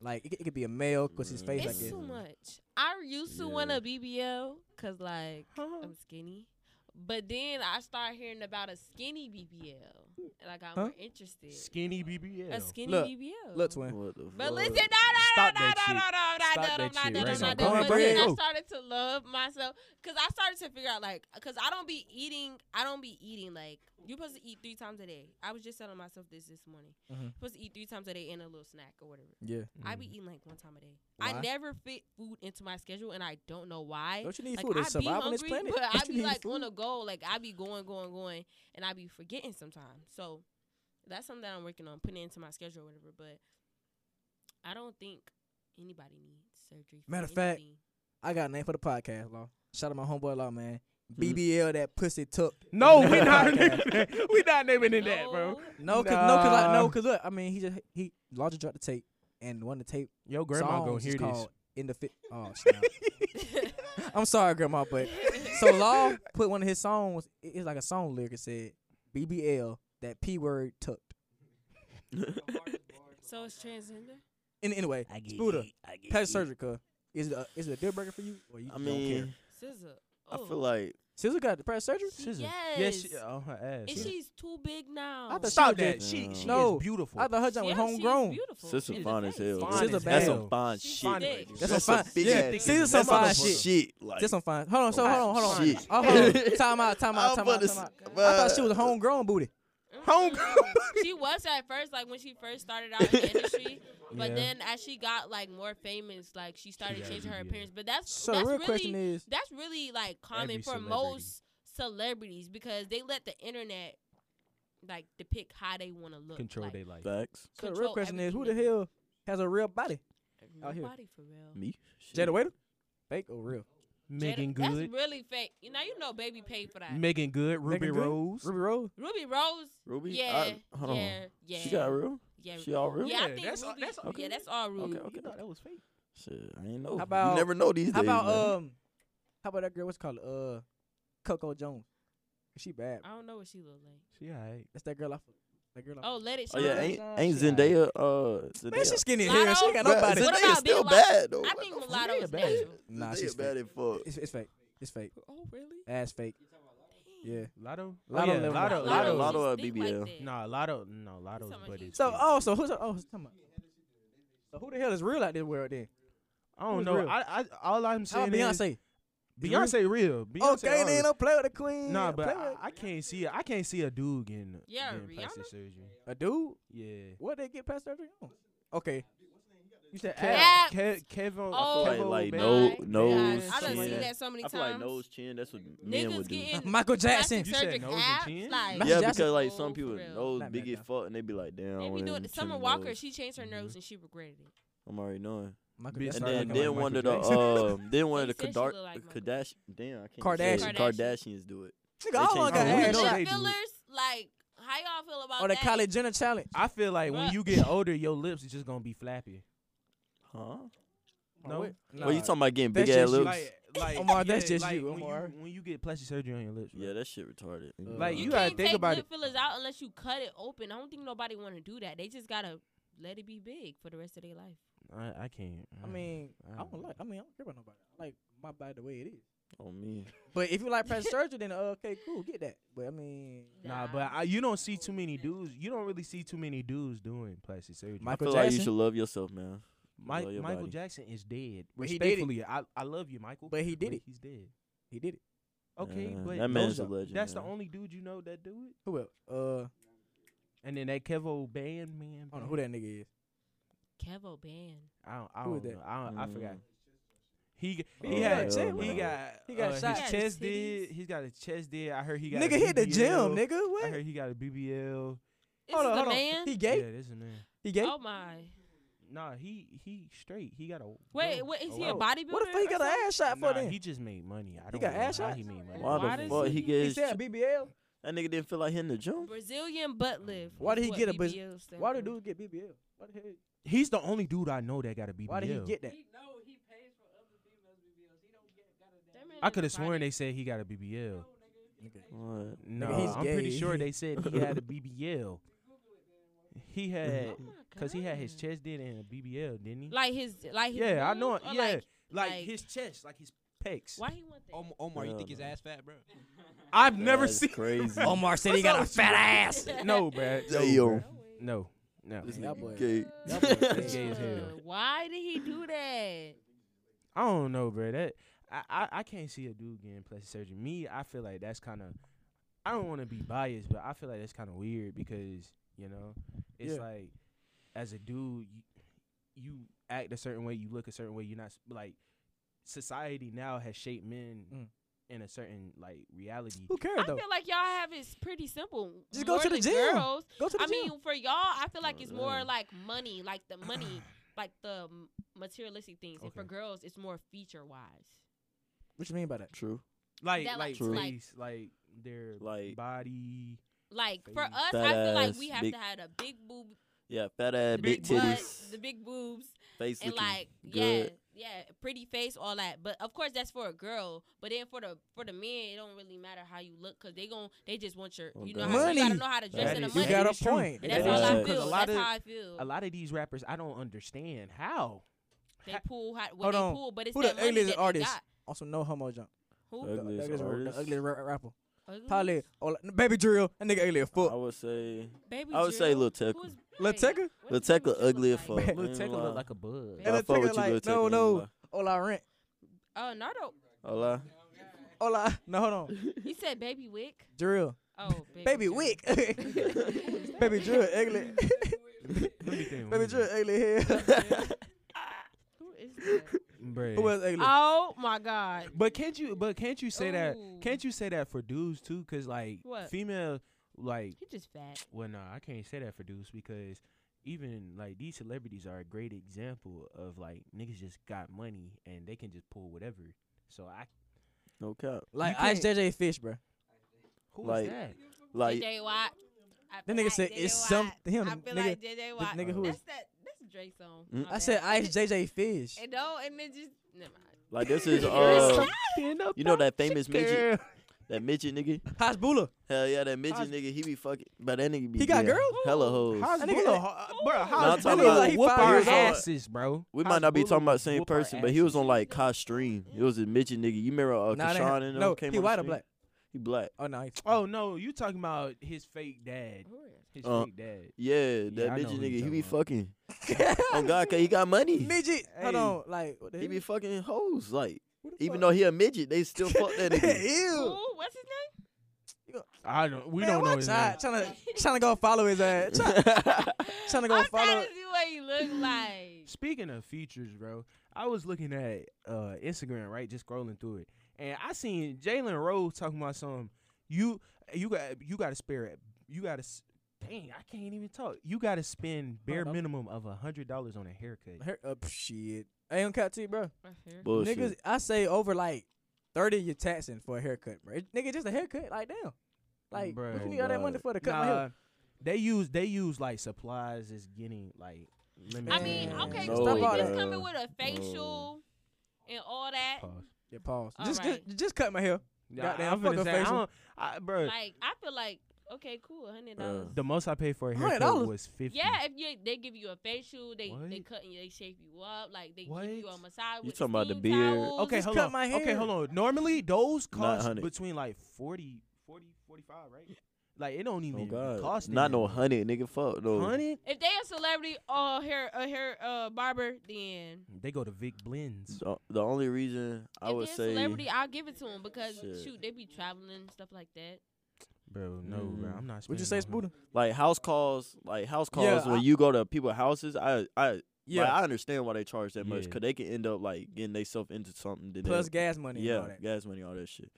B: Like it, c- it could be a male because his face,
C: It's
B: I
A: It's
B: guess.
A: too
C: it.
A: much. I used to want
C: Yeah.
A: a BBL because, like,
D: Huh?
A: I'm skinny. But then I started hearing about a skinny BBL, and I got
B: Huh?
A: more interested.
D: Skinny BBL.
A: a skinny
B: Look,
A: BBL.
B: Look, twin.
C: What the
A: But
C: fuck?
A: listen, no, no,
D: Stop
A: no, no,
D: that
A: no,
D: shit.
A: no,
D: Stop
A: no,
D: that
A: no,
D: shit
A: no, no, no,
B: right
A: no,
B: now.
A: no,
B: Go
A: no. But
B: ahead, bro.
A: then I
B: Go.
A: started to love myself because I started to figure out like because I don't be eating. I don't be eating like you're supposed to eat three times a day. I was just telling myself this this morning.
D: Mm-hmm.
B: Mhm.
A: supposed to eat three times a day and a little snack or whatever.
B: Yeah.
A: I
C: Mm.
D: Mm.
A: be eating like one time a day.
B: Why?
A: I never fit food into my schedule and I don't know why.
B: Don't you need
A: Like
B: food to
A: I be
B: survive on this
A: hungry,
B: planet?
A: but I
B: Don't you
A: be
B: need
A: like
B: food?
A: on a go. Like I be going, going, going, and I be forgetting sometimes. So that's something that I'm working on putting into my schedule or whatever. But I don't think anybody needs surgery. For
B: Matter of fact,
A: anything.
B: I got a name for the podcast, Law. Shout out my homeboy Law, man.
D: Mm-hmm.
C: Mhm.
B: BBL that pussy tuck.
D: No,
B: Yeah.
D: we not naming that. We not naming it that, bro.
A: No.
B: No, cause no, cause I, no,
D: Nah.
B: cause look, I mean, he just he Law just dropped the tape, and one of the tape
D: Yo, grandma gonna
B: songs
D: hear
B: is
D: this.
B: called in the fit. Oh, snap. I'm sorry, grandma, but so Law put one of his songs. it- It's like a song lyric. It said BBL that p word tucked.
A: so it's transgender.
B: In anyway, Spooder, plastic surgery, cuz. Is it a, is it a deal breaker for you, or you
C: I
B: don't care?
C: mean,
A: Scissor. Oh.
C: I feel like
B: Scissor got the plastic surgery.
A: Scissor.
D: Yeah,
A: Yes.
D: she, on her
A: and
D: ass.
A: she's too big now.
B: I thought
D: Stop
B: she was
D: that.
B: just-
D: She, she
B: No.
D: is beautiful.
B: I thought her joint
A: Yeah,
B: was
A: she's
B: homegrown.
A: beautiful.
C: Sister
A: Oh. She's a
C: fine as
A: face.
C: hell.
D: Fine
B: Scissor
D: as
B: bad.
C: That's
D: hell.
C: some fine
A: She's
C: shit.
A: fine.
C: right there.
B: That's
C: That's
B: some
C: some
B: fine-
C: big
B: yeah,
C: ass.
B: see, that's some
C: That's
B: fine
C: some
B: shit.
C: shit. Like,
B: Just on fine. Hold on, so
C: Oh,
B: hold on, hold on.
C: shit.
B: Oh, hold on. time out, time out,
C: I'm
B: time out,
C: about to uh,
B: time
A: s-
B: out. I thought
C: bruh.
B: she was a homegrown booty.
D: Homegirl.
A: she was at first, like when she first started out in the industry. But
D: Yeah.
A: then as she got like more famous, like she started
D: got
A: changing her
D: BBL.
A: appearance. But that's
B: So
A: that's
B: the real
A: really
B: question is,
A: that's really like common
D: Every
A: for
D: celebrity.
A: most celebrities because they let the internet like depict how they want to look.
D: Control
A: like,
D: their life.
C: facts.
B: so the real
A: control
B: question is, who the
A: everything
B: hell has a real body?
A: they do.
B: out here?
A: Nobody for real.
C: Me.
B: Jada
C: Shit.
B: Waiter, fake or real?
D: Megan
A: Jada-
D: Good.
A: That's really fake. You know, you know, baby paid for that.
D: Megan Good. Ruby
B: Megan Good?
D: Rose.
B: Ruby Rose.
A: Ruby Rose.
C: Ruby?
A: Yeah.
C: I- hold on.
A: Yeah. Yeah.
C: She got real?
A: Yeah.
C: She all real?
A: Yeah, I
D: Yeah,
A: think
D: that's all-
A: Ruby.
D: that's all-
A: yeah, that's all Ruby.
C: Okay, okay.
D: You thought that was fake.
C: Shit, I ain't know.
B: How about-
C: you never know these
B: How
C: days.
B: about
C: man.
B: um? How about that girl? What's it called uh, Coco Jones? She bad.
A: I don't know what she look like.
D: She alright.
B: That's that girl. I, fuck- that girl. I
A: Oh, let it
C: Oh
A: shine.
C: yeah,
B: Shonda
C: ain't
B: Rhimes,
C: ain't
B: she alright.
C: Zendaya uh Zendaya.
B: Man, she's skinny as
A: Lotto?
B: hell. She ain't got
C: Bruh,
B: nobody.
A: What
C: Zendaya's
A: about
C: still
A: Big Lo-
C: bad though.
A: I
C: What
A: think
C: the fuck?
A: Mulatto
D: Yeah,
A: is
D: bad.
A: special.
B: Nah,
C: Zendaya
B: she's
C: bad as fuck.
B: It's, it's fake. It's fake.
A: Oh really?
B: Ass fake. Yeah.
D: Lotto. Oh,
B: Lotto
D: yeah,
B: level.
D: Lotto.
C: Lotto.
D: Lotto.
C: Lotto. or
A: just thick
C: BBL?
A: Like that.
D: Nah, Lotto. No, Lotto's
A: Someone
D: but
A: she-
D: it's
B: So oh, so who's oh? Come on. So who the hell is real out this world then?
D: I don't
B: who's
D: know.
B: real?
D: I, I all I'm
B: How
D: saying
B: about Oh, Beyonce?
D: is
B: Is
D: Beyonce
B: real?
D: real. Beyonce
B: Okay,
D: all-
B: then don't play with the queen.
D: Nah, but
B: play
D: I,
B: with
D: I can't see. I can't see a dude getting
A: Yeah,
D: getting plastic
A: Rihanna?
D: surgery.
B: a dude.
D: Yeah.
B: What they get past surgery on? Okay.
D: You said
A: Ab-
D: Kev, Kevin.
A: Oh,
C: like,
A: Kevo,
C: like
A: man.
C: no
A: Guys,
C: nose
A: I done seen
C: chin.
A: that so many
C: I feel like
A: times.
C: nose chin. That's what men
A: Niggas
C: would do.
A: getting
B: Michael Jackson.
A: plastic
D: You said
A: surgery
D: nose and
A: abs, like-
D: chin?
B: Michael
C: Yeah,
B: Jackson.
C: because like
A: Oh,
C: some
A: for
C: people
A: real.
C: nose
B: Not
C: big
B: bad
C: as
B: now.
C: fuck and they be like, damn.
A: They
C: I
A: be
C: went
A: doing
C: and
A: it. Summer
C: trimmed
A: Walker,
C: nose. Mm-hmm.
A: she changed her nose and she regretted it.
C: I'm already knowing.
B: Michael
D: Bitch,
B: Jackson.
C: And
D: started
C: then,
D: looking
C: then
D: like
C: one of the
D: Michael Jackson.
C: um, then one of
A: They
C: the
A: said she
C: Kadar-
A: look like Michael.
C: Kardashian. Damn, I can't.
B: Kardashian.
C: Kardashian. Kardashians do it.
B: Nigga, all
C: changed
B: got
C: the
B: ass
C: rules.
B: shot.
A: Lip
D: they do it.
A: fillers, like how y'all feel about
B: Or the
A: that?
B: college Jenner challenge.
D: I feel like when
A: Bruh.
D: you get older, your lips is just gonna be flappy.
C: Huh?
D: No.
B: What
C: Well, you talking about getting
B: That's
C: big ass
B: just
C: lips?
D: Like, like
B: Omar, that's
D: yeah,
B: just
D: like
B: you,
D: when
B: Omar.
D: When you get plastic surgery on your lips,
C: yeah,
D: yeah,
C: that shit retarded.
B: Like,
A: You,
D: you gotta
A: can't
D: think
A: take
D: about
A: lip fillers out unless you cut it open. I don't think nobody want to do that. They just gotta let it be big for the rest of their life.
D: I, I can't. mm.
B: I mean,
D: I
B: I don't
D: don't
B: like. I mean, I don't care about nobody. I like my body the way it is.
C: on me.
B: But if you like plastic surgery, then uh, okay, cool, get that. But I mean,
D: nah, but I, you don't see too many dudes. You don't really see too many dudes doing plastic surgery.
C: I
B: Michael
C: feel like you
B: Jackson?
C: should love yourself, man.
D: Mike,
C: Love your
D: Michael
C: body.
D: Jackson is dead.
B: But he did it.
D: Respectfully, I, I love you, Michael.
B: But he did it.
D: He's dead.
B: he did it.
D: Okay,
C: Yeah,
D: but
C: that
D: those
C: man's a
D: are-
C: legend.
D: That's the
C: man.
D: only dude you know that do it.
B: Who else? Uh,
D: And then that Kevo band man.
B: I don't know Oh, who that nigga is.
A: Kevo Ban.
D: I don't, I
B: Who
D: don't
B: is that?
D: know. I, don't, I forgot.
C: Mm.
D: He g-
C: Oh,
D: he
C: yeah,
D: had
C: yeah,
D: he
C: man.
D: got
B: Uh, He got
D: uh, His
B: shot.
A: His
D: chest
A: titties.
D: did. He's got a chest did. I heard he got a
B: nigga hit the
D: BBL.
B: gym, nigga. What?
D: I heard he got a BBL.
A: This is the man.
B: He gay?
D: Yeah, this is man.
B: He gay?
A: Oh my.
D: Nah, he he straight. He got a
A: Wait,
D: girl.
A: what is
D: Oh,
A: he
D: wow.
A: a bodybuilder?
B: what the fuck? He
A: or
B: got an
A: something?
B: ass shot
D: Nah,
B: for then?
D: he
B: He,
D: just made money. I don't
B: got
D: know
B: ass
D: how
B: shit?
D: he made money.
A: Why
C: Why
A: does
C: the
A: he-
C: fuck he get his
B: said
C: ch-
B: BBL.
C: that nigga didn't feel like hitting the gym?
A: Brazilian butt lift.
B: Why
A: is
B: did he
A: what
B: get a Braz-
A: BBL stand
B: Why do
A: for.
B: dudes get BBL? Why the hell?
D: He's the only dude I know that got a BBL.
B: Why did he get that?
A: That man
D: I
A: is
D: could have
A: body-
D: sworn they said he got a BBL.
C: What?
D: No,
B: he's
D: I'm pretty
B: gay.
D: sure they said he had a BBL. He had, cause he had his
A: God.
D: chest did and a BBL, didn't he?
A: Like his, like his
D: yeah, I
A: boobs
D: know. it.
A: or
D: Yeah, Oh
A: Like,
D: like,
A: like-
D: his chest, like his pecs.
A: why he want that?
E: Om- Omar, you
C: Hell
E: think his
C: no.
E: ass fat, bro?
D: I've never
C: That's
D: seen.
C: crazy.
B: Omar said he got a fat ass.
D: No, bro. No, bruh.
C: Damn.
A: No way.
D: no, no.
C: This
B: That
C: nigga
B: boy-
C: gay.
B: that boy
D: That's gay as hell.
A: Uh, Why did he do that?
D: I don't know, bro. That I, I, I can't see a dude getting plastic surgery. Me, I feel like that's kind of. I don't want to be biased, but I feel like that's kind of weird because you know, it's
B: Yeah.
D: like as a dude, you, you act a certain way, you look a certain way. You're not s- like society now has shaped men
B: Mm.
D: in a certain like reality.
B: Who cares
A: I
B: though?
A: feel like y'all have it's pretty simple.
B: Just go
A: More
B: to the
A: than
B: gym.
A: Girls,
B: Go to the
A: I
B: gym.
A: mean, for y'all, I feel like it's more
C: Yeah.
A: like money, like the money, like the m- materialistic things. And for
D: Okay.
A: girls, it's more feature wise.
B: what you mean by that?
C: True.
D: Like
A: That,
D: like
A: like,
C: True.
D: face, like their
C: Like-
D: body.
A: Like for
D: Fat
A: us, I feel like
C: ass,
A: we have
C: big-
A: to have a big boob,
C: Yeah, fat ass, big,
A: butt,
C: titties,
A: the big boobs,
C: face
A: and
C: looking
A: like
C: good.
A: yeah, yeah, pretty face, all that. But of course, that's for a girl. But then for the for the men, it don't really matter how you look because they gon' they just want your
C: Oh,
A: you know how,
C: God.
A: you gotta
B: Money.
A: know how to dress
D: That
A: in the
D: is-
B: You
A: money.
B: got a
D: is true.
B: point.
A: And
D: That
A: that's
D: is
A: all
D: true.
A: I
D: 'Cause
A: feel.
D: A
A: That's
D: lot of
A: how I feel.
D: a lot of these rappers, I don't understand how.
A: they
D: ha-
A: pull hot
B: Hold
A: what they
B: on.
A: pull, but it's
B: Who
A: that
B: the
A: money
B: ugliest
A: that they
B: artist?
A: got.
B: Also, no homo jump.
A: Who?
B: The
C: Ugliest
B: ugliest, the
C: artist?
B: ugliest ra- rapper.
A: Ugly?
B: Probably or like, baby drill. That nigga ugly as
C: I
B: fuck.
C: would say
A: Baby
C: I would say
A: Drill?
C: Lil Tecca.
A: Who is-
B: Lil
A: wait,
B: Tecca?
A: what
C: Lil
A: does Baby
C: Tecca
A: Drill
C: ugly as
A: look
C: fuck.
A: like?
D: Lil Tecca
C: Ain't gonna lie.
D: look like a bug.
A: Baby-
C: I
B: Lil
C: fuck
B: Tecca
C: with you,
B: like,
C: Lil
B: no,
C: Tecca.
B: no. Ola Rent.
A: Oh, Nardo.
C: I lie.
B: Ola. No, hold on.
A: He said Baby Wick.
B: Drill.
A: Oh, Baby,
B: Baby
A: Drill.
B: Wick. baby Drill ugly.
D: Let me think, let
B: baby
D: me
B: Drill
D: think.
B: ugly hell.
A: Who is that?
D: Bruh.
B: Who else ugly?
A: Oh my God.
D: But can't you? But can't you say that?
A: Ooh.
D: Can't you say that for dudes too? Cause like
A: What?
D: female, like
A: He just fat.
D: well, nah, I can't say that for dudes because even like these celebrities are a great example of like niggas just got money and they can just pull whatever. So I
C: No cap.
B: Like
D: You
B: Ice
D: can't-
B: JJ Fish, bro.
D: who is
C: Like,
D: that?
C: Like
A: JJ Watt. I
B: That
A: feel
B: nigga said
A: JJ
B: it's
A: Watt.
B: some
A: I
B: him.
A: feel
B: Nigga,
A: like JJ Watt.
B: nigga who
A: that's
B: is-
A: that. That's Drake song.
C: Mm.
A: My
B: I
A: bad.
B: said Ice JJ Fish.
A: And no, and then just never mind.
C: like this is
A: There's
C: uh
A: some-
C: you know that famous midget that midget nigga?
B: Hasbula.
C: Hell yeah, that midget
D: How's-
C: nigga, he be fucking but that nigga be
B: He got
C: getting
B: girls?
C: Hella hoes.
D: How's
B: That nigga-
D: Bula, ho- bro?
C: Nah,
D: How's
C: I'm talking
D: Bula
C: about-
D: like, whoop
B: He
D: our
B: was on-
D: asses, bro?
C: we
D: How's
C: might not be
D: Bula
C: talking about the same
D: whoop our
C: person, but he was
D: asses?
C: on like Kosh stream. It was a midget nigga. You remember uh
B: Nah, that-
C: Kashawn and
B: no,
C: them came
B: he
C: on the
B: white or
C: stream?
B: black?
C: He black.
B: Oh no, he,
D: Oh no, you talking about his fake dad?
A: Who is?
D: His
C: Uh,
D: fake dad.
C: Yeah, that
D: Yeah, I know who
C: midget
D: you
C: nigga, he
D: talking
C: be
D: about.
C: fucking. oh god, cause he got money.
B: midget. Hold
D: Hey.
B: on, like what the
C: He
B: hell?
C: be fucking hoes. Like
B: Who the
C: even
B: fuck?
C: though he a midget, they still fuck that nigga.
A: Who?
B: Ew.
A: What's his name?
D: I don't. We
B: Man,
D: don't know
B: Trying
D: his name.
B: to trying to go follow his ass. Tryna- Tryna go
A: I'm
B: follow-
A: trying to see what he look like.
D: Speaking of features, bro, I was looking at uh Instagram, right? Just scrolling through it, and I seen Jalen Rose talking about some. You you got you got to spare it. You got to. Dang, I can't even talk. You got to spend bare
B: $100?
D: minimum of a hundred dollars on a haircut.
B: Her, uh, shit. I ain't cut to you, bro.
C: Bullshit.
B: Niggas, I say over like thirty. You're taxing for a haircut, bro. It- nigga, just a haircut. Like damn. Like what
D: Bruh.
B: you need all that money
C: Right.
B: for to cut my hair?
D: Nah, they use they use like supplies is getting like limited.
A: I mean,
B: Man,
A: okay,
B: no,
A: so
B: bro.
A: he just coming with a facial and all that.
D: Pause.
B: Yeah, pause.
A: All
B: just,
A: right.
B: just just cut my hair.
D: Nah,
B: Goddamn,
D: I'm finna
B: fuck a
D: say, I
B: facial.
D: don't, I, bro.
A: Like I feel like okay, cool, hundred
B: Uh,
A: dollars.
D: the most I paid for a
B: $100?
D: haircut was fifty.
A: Yeah, if you they give you a facial, they they
D: What?
A: cut you, they shape you up, like they
D: What?
A: give you a massage.
C: You
A: with
C: talking about the
A: steam
C: beard?
A: towels.
D: Okay,
B: just
D: hold
B: cut
D: on.
B: my
D: Okay,
B: hair.
D: hold on. Normally those cost
C: 100.
D: between like 40, 40, 45, right? Like it don't
C: Oh
D: even
C: god.
D: cost
C: Not
D: that
C: no
D: much.
C: honey, nigga. Fuck no.
D: hundred.
A: If they a celebrity or hair a hair uh barber, then
D: They go to Vic Blends.
C: The, the only reason I
A: if
C: would
A: they a
C: say
A: celebrity, I'll give it to them because
C: Shit.
A: shoot, they be traveling and stuff like that.
D: Bro, no, bro.
C: Mm.
D: I'm not
B: Would
D: spending
B: you say
D: no
B: it's Buddha?
C: like house calls, like house calls
B: Yeah,
C: when
B: I-
C: you go to people's houses. I I
B: Yeah.
C: yeah, I understand why they charge that much
D: Yeah.
C: because they can end up like getting themselves into something. That
B: Plus
C: they'll-
B: gas money.
C: yeah,
B: And all that.
C: gas money, all that shit.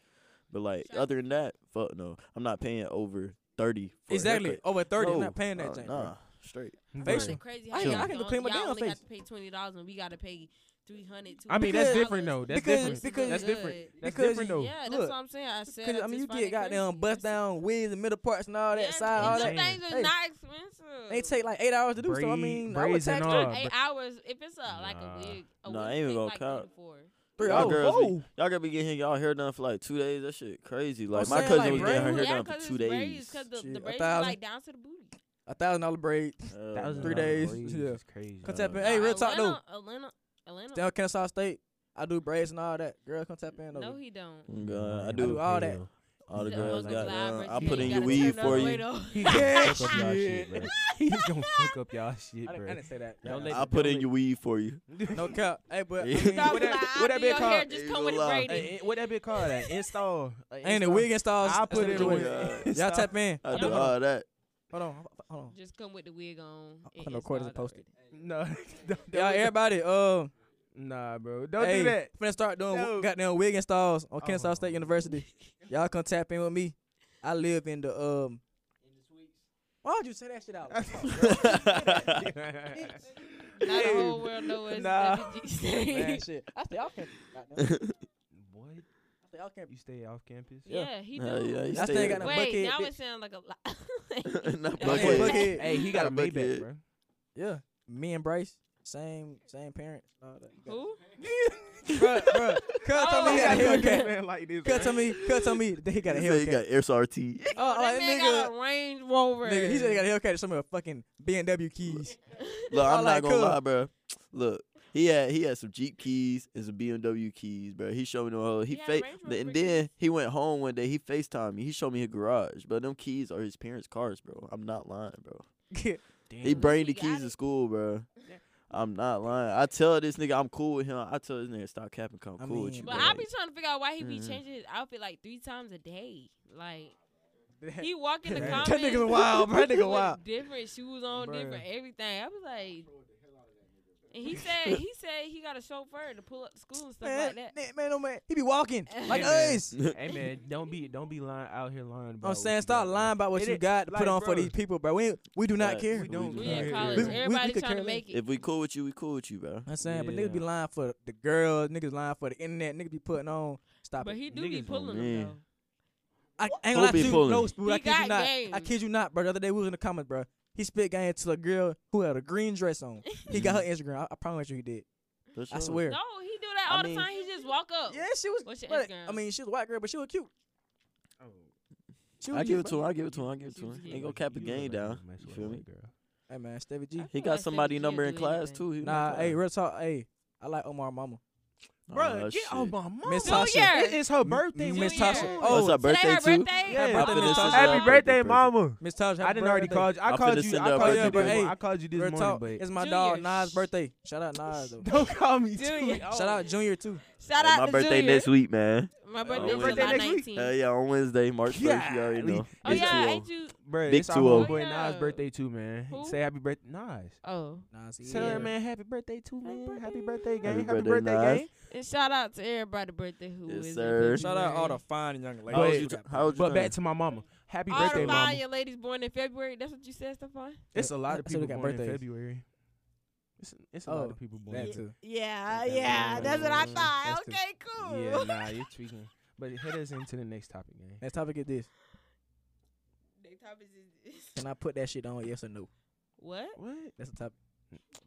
C: But like
A: Sure.
C: other than that, fuck no. I'm not paying over thirty. For a
B: Exactly.
C: haircut.
B: Over thirty. I'm
C: No,
B: not paying that.
C: uh,
B: thing, bro.
C: Nah, straight.
D: hundred.
A: Bro,
B: Facial.
A: they
D: Bro.
A: crazy.
B: I
A: how
C: ain't-
A: y'all
C: I
B: can
A: don't-
B: clean my
A: y'all
B: damn
A: only got
B: face.
A: to pay twenty dollars and we got to pay three hundred.
D: I mean, that's
B: Because-
D: different though. That's
B: because-
D: different.
B: because-
D: that's different. That's
B: because
D: different though.
B: you-
A: Yeah,
B: Look,
A: that's what I'm saying. I said.
B: Cause I
A: that
B: mean,
A: to
B: you
A: Friday
B: get goddamn
A: Crazy.
B: bust
A: That's-
B: down wigs and middle parts and all that
A: Yeah,
B: side,
A: and
B: all
A: them
B: that.
D: that.
A: things are
B: Hey,
A: not expensive.
B: They take like eight hours to do. so I
D: Braid-
B: mean, I would
D: braids and
B: tax
D: all.
B: that
D: Nah,
A: eight
D: but-
A: hours. If it's a like a
D: Nah.
A: wig, a
C: Nah,
A: wig
C: I ain't
A: take
C: gonna
A: like
C: count.
A: three to four.
B: three
C: Y'all
B: hours.
C: girls be-
B: Whoa.
C: Y'all gotta be getting y'all hair done for like two days. That shit crazy. Like my
B: saying,
C: cousin
B: like,
C: was getting her
B: braids.
C: hair
A: Yeah,
C: done for
A: because
C: two
A: it's braids,
C: days.
A: because the,
B: Shit,
A: the
B: a
A: braids are
B: thousand?
A: like down to the booty.
B: A thousand dollar braid.
C: Hell
D: Thousand
C: no.
B: Three
D: dollar
B: days,
D: braids
B: yeah.
D: is crazy.
B: Come
D: bro.
B: tap in. Hey, real talk though.
A: Atlanta, Atlanta, Atlanta.
B: Down Kennesaw State. I do braids and all that. Girls come tap in.
A: No,
B: though.
A: he don't.
C: Oh,
D: Mm-hmm.
C: God, Uh, I
D: I
C: do
B: do all that.
C: all the
A: He's
C: girls
A: almost
C: got.
A: live
C: down.
A: right
C: I
A: there.
C: put
A: You
C: in your
A: gotta
C: weed
A: turn the
C: for
A: other way
C: you.
A: though.
D: He's gonna
B: Yeah,
D: fuck up y'all
B: shit.
D: shit, bro. He's gonna fuck up y'all shit,
B: I
D: bro.
B: didn't, I didn't say that.
D: Don't let-
C: I put in your weed for you.
B: no cap. Hey, but I
C: Yeah.
B: mean,
A: Stop
D: What
A: lying.
D: that- what that
A: After your
D: bit
A: hair
D: called?
A: just
C: Ain't
A: come
C: gonna
A: with a
C: lie.
A: braid. in it.
D: Hey, eh, what that bit called? An install. A
B: ain't the
D: install.
B: wig installs.
D: I put
B: that's
D: in
B: what
D: with
B: it is.
C: God.
D: it.
B: Y'all tap in.
C: I
A: Hold
C: do
A: on.
C: all that.
B: Hold on. Hold on.
A: Just come with the wig on.
B: I
A: and
B: know Cordy's
A: installed
B: posted.
A: already.
D: No, don't,
B: Y'all, everybody. Um.
D: Nah, bro, don't
B: hey,
D: do that.
B: Finna start doing
D: No.
B: goddamn wig installs on Kennesaw
D: Oh.
B: State University. Y'all come tap in with me. I live in the um. Why would you say that shit out? loud?
A: Now the
D: Hey,
A: whole world know it's
D: nah.
A: WGC.
B: Man, shit. I stay off campus. Goddamn.
D: What?
B: I stay off campus.
D: You stay off campus?
A: Yeah, he
C: Hell yeah,
A: do.
C: he
B: I
C: stay
B: still got no
A: Wait,
B: bucket.
A: now it
B: bitch.
A: sound like a lie.
C: Not
B: I ain't
C: bucket.
B: bucket.
D: Hey, he got a
C: Gotta bucket.
D: Maybach, bro.
B: Yeah, me and Bryce, same same parents. All that.
A: Who? Oh,
B: Bruh, bruh. Cut told me he got a
D: He got a
B: haircut.
D: man like this.
B: Cut
D: bruh.
B: told me, cut told me that he got a
C: He said he
B: haircut.
C: got SRT.
B: Oh,
A: that
B: like,
A: man got
B: nigga,
A: a Range Rover.
B: nigga, he said he got a haircut. Some of the fucking BMW keys.
C: Look, I'm
B: All
C: not
B: that
C: gonna
B: cool.
C: lie, bro. Look, he had he had some Jeep keys and some BMW keys, bro. He showed me the whole.
A: He
C: He
A: had a
C: fake.
A: Range Rover
C: And then he went home one day. He Facetime me. He showed me his garage, but them keys are his parents' cars, bro. I'm not lying, bro. He
A: Damn.
C: bring
A: He
C: the
A: got
C: keys
A: it.
C: to school, bro. I'm not lying. I tell this nigga I'm cool with him. I tell this nigga stop capping, come
B: I
C: cool with
B: mean,
C: you.
A: But
C: bro.
A: I be trying to figure out why he be
C: Mhm.
A: changing his outfit like three times a day. Like
B: That-
A: he walk in the
D: That
A: comments.
B: nigga wild, bro. That nigga
A: with
B: wild.
A: Different shoes on,
D: Bruh.
A: different everything. I was like, And he said he said he got a chauffeur to pull up to school and stuff like that.
B: man, man, oh man, he be walking like
D: Hey, man.
B: us.
D: hey man, don't be don't be lying out here lying. About
B: I'm
D: what you
B: saying, stop
D: got,
B: lying about what
D: It
B: you
D: is-
B: got to put
D: like,
B: on for
D: bro.
B: these people, bro. We we do not
C: Facts.
B: care.
D: We don't
A: We
D: Yeah,
A: in
D: yeah.
A: college.
D: We- we- we
A: Everybody
B: could
A: trying to
B: care
A: make it.
C: If we cool with you, we cool with you, bro.
B: I'm saying, but
D: Yeah.
B: niggas be lying for the girls, niggas lying for the internet, niggas be putting on. Stop
A: But
B: it.
A: he do be
D: Niggas,
A: pulling
C: oh,
A: them
C: man.
A: though.
B: I I ain't gonna
C: Who be
B: lie to you,
C: pulling?
B: no, Spoon, I
A: He
B: kid you
A: got
B: not. I
A: game.
B: kid you not, bro. The other day we was in the comments, bro. He spit game to a girl who had a green dress on. He got her Instagram. I, I promise you, he did.
C: For
B: I
C: sure.
B: swear.
A: No, he do that
C: I
A: all
C: mean-
A: the time. He just walk up.
B: Yeah, she was.
A: Oh. What's your
B: but,
A: Instagram?
B: I mean, she was a white girl, but she was cute. She was
C: I
B: cute,
C: give it to
B: bro.
C: him. I give it to him. I give it to him.
A: You-
C: Ain't gonna cap a
D: You
C: game
D: look like you
C: down.
D: was messing
C: You
D: with
C: feel
D: a
C: me?
D: white girl.
B: Hey man, Stevie G.
A: I
C: He
A: feel like
C: got
A: Stevie
C: somebody
A: G
C: number
A: will
C: in
A: do
C: class
A: anything.
C: too. He
B: Nah,
C: in
B: hey,
C: class.
B: real talk. Hey, I like Omar Mama.
D: Bro,
C: Oh,
D: get
C: shit.
D: on my mama.
B: Miss
A: Tasha. Junior.
D: It- It's her birthday.
B: Miss
A: Junior.
B: Tasha.
C: Oh, it's
B: Oh,
C: her
A: Today
C: birthday
A: her
C: too.
A: birthday.
B: Yeah. Happy birthday, Miss Tasha.
D: Happy birthday,
C: Happy
D: mama.
B: Miss Tasha. happy
D: I didn't already
B: birthday.
D: call you. I
C: I'm
D: called
C: finna
D: you.
C: send
D: I
C: her a
D: called you. this
B: birthday present.
D: mo- I called you
B: Real
D: this
B: talk.
D: morning,
B: It's my
A: Junior.
B: dog Nas' birthday. Shout out Nas though.
D: but don't call me.
A: Junior.
D: Too.
B: Shout out Junior too.
A: Shout
C: Hey,
A: out
C: my
A: to
C: birthday
A: Junior.
C: next week, man.
A: My
C: Oh,
A: birthday
C: my
A: is July
D: birthday next week?
A: 19th.
C: Hell yeah, on Wednesday, March first. You already
D: Golly.
C: know.
A: oh
C: It's
A: yeah,
C: 2-0.
A: ain't you?
D: Bro,
C: Big
D: it's our
C: 2-0.
D: homeboy
A: Yeah.
D: Nas' birthday too, man.
A: Who?
D: Say happy birthday, Nas.
A: Oh,
B: Nas, he
D: Tell
B: is.
D: that man happy birthday too,
A: Happy
D: man.
A: birthday,
D: Happy
A: Nas.
D: birthday, gang.
C: Happy
D: Happy,
C: birthday,
D: birthday,
C: Nas.
D: gang.
A: and shout out to everybody birthday who
C: Yes,
A: is in
C: sir.
B: Shout out all the
A: February.
B: fine young ladies.
C: How old
D: But-
C: you? t- How old you?
D: But back
C: turn?
D: to my mama. Happy
A: all
D: birthday,
A: the
D: mama.
A: fine young ladies born in February. That's what you said, Stefan.
D: It's a lot of
B: That's
D: people
B: who we
D: born
B: got
D: in
B: birthdays.
D: February. It's, it's a lot
B: Oh,
D: of people born.
B: That
D: in
B: too.
A: Yeah,
D: That's yeah, the- that's what I thought. that's the- Okay, Yeah, nah, you're tweaking. But head us into the next topic, man.
B: Next topic is this.
A: topic is
B: Can I put that shit on? Yes or no?
A: what?
D: What,
B: That's the topic.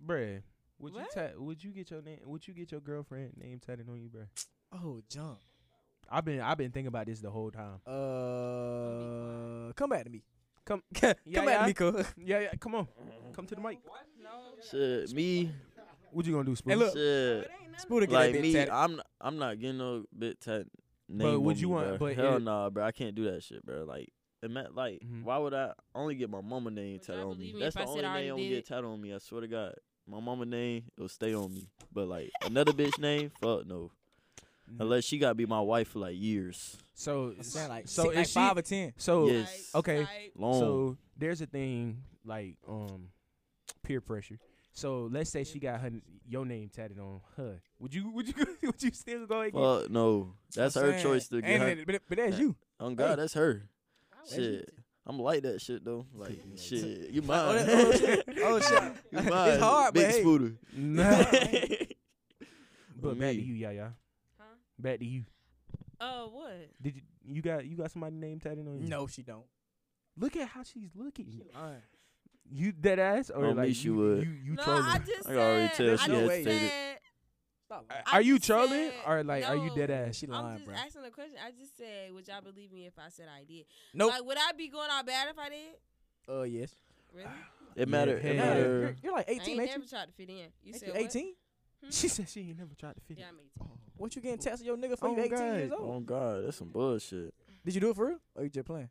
D: bruh? Would
A: What?
D: you ta- would you get your name? Would you get your girlfriend name tatted on you, bruh?
B: Oh, jump.
D: I've been I've been thinking about this the whole time.
B: Uh, come back to me.
D: Come-
B: come
D: Yeah,
B: back
D: yeah.
B: to me, cuz.
D: Yeah, yeah. Come on, come to the mic.
C: Shit, me.
D: What you gonna do, Spoon?
B: look,
C: Shit,
B: Spooder get
C: like
B: that bitch
C: me.
B: tatted.
C: I'm. I'm not getting no bit tat. Name
D: But would
C: on
D: you
C: me,
D: want-
C: bruh.
D: but
C: Hell
D: it-
C: nah, bro. I can't do that shit, bro. Like. It meant, like,
D: Mhm.
C: why would I only get my mama name
A: Would y'all
C: tatted on me?
A: believe me
C: That's
A: if I
C: the
A: said
C: only
A: I already
C: name
A: did
C: gonna get
A: it?
C: tatted on me. I swear to God, my mama name it'll stay on me. But like another bitch name, fuck no.
D: Mm-hmm.
C: Unless she gotta be my wife for like years,
D: so
B: I'm saying like,
D: so
B: six, like
D: if she
B: five or ten.
D: so
C: Yes.
D: okay.
C: long.
D: So there's a thing like um peer pressure. So let's say she got her your name tatted on her. Would you would you would you still go again?
C: Fuck no. That's
B: I'm
C: her
B: saying,
C: choice to get
B: ain't
C: her.
B: it- but, but that's you.
C: On God,
B: Hey.
C: that's her.
A: I would.
C: Shit. I'm like that shit though. Like shit. You
B: Oh,
C: mine.
B: that- oh, shit. Oh, shit.
C: you mine.
B: It's hard,
C: Big
B: but hey.
C: spooter.
D: Nah.
C: But
D: but back to
C: me.
D: you, Yaya.
A: Huh?
D: Back to you.
A: Uh, what?
D: Did you you got you got somebody name tatted on you?
B: No, she don't.
D: Look at how she's looking. You dead ass or
C: On me,
D: like
C: she
D: you,
C: would.
D: You, you
A: no,
D: trolling?
A: I just
C: I can already
A: said.
C: tell
A: I
B: she
A: just
C: hesitated.
A: said-
B: Stop.
D: Are-
B: lying.
A: I
D: are you
A: just
D: trolling
A: said
D: or like are you dead
A: no.
B: Yeah,
D: ass?
B: she
A: I'm
B: lying,
A: just
B: bro.
A: asking a question. I just said, would y'all believe me if I said I did?
B: Nope.
A: Like, would I be going out bad if I did?
B: Uh, yes.
A: Really?
C: It matter.
D: Yeah.
C: It
B: Yeah,
D: Hey.
C: matter.
B: You're, you're like
A: I ain't
B: eighteen, ain't
A: never
B: you?
A: tried to fit in. You
B: Ain't
A: said
B: you?
A: what?
B: Eighteen?
D: she said she ain't never tried to fit.
A: Mm-hmm. Yeah, I'm 18.
B: What you getting tested your nigga for?
D: Oh,
B: you eighteen
D: God.
B: years old?
C: Oh God, that's some bullshit.
B: Did you do it for real? Or you just playing?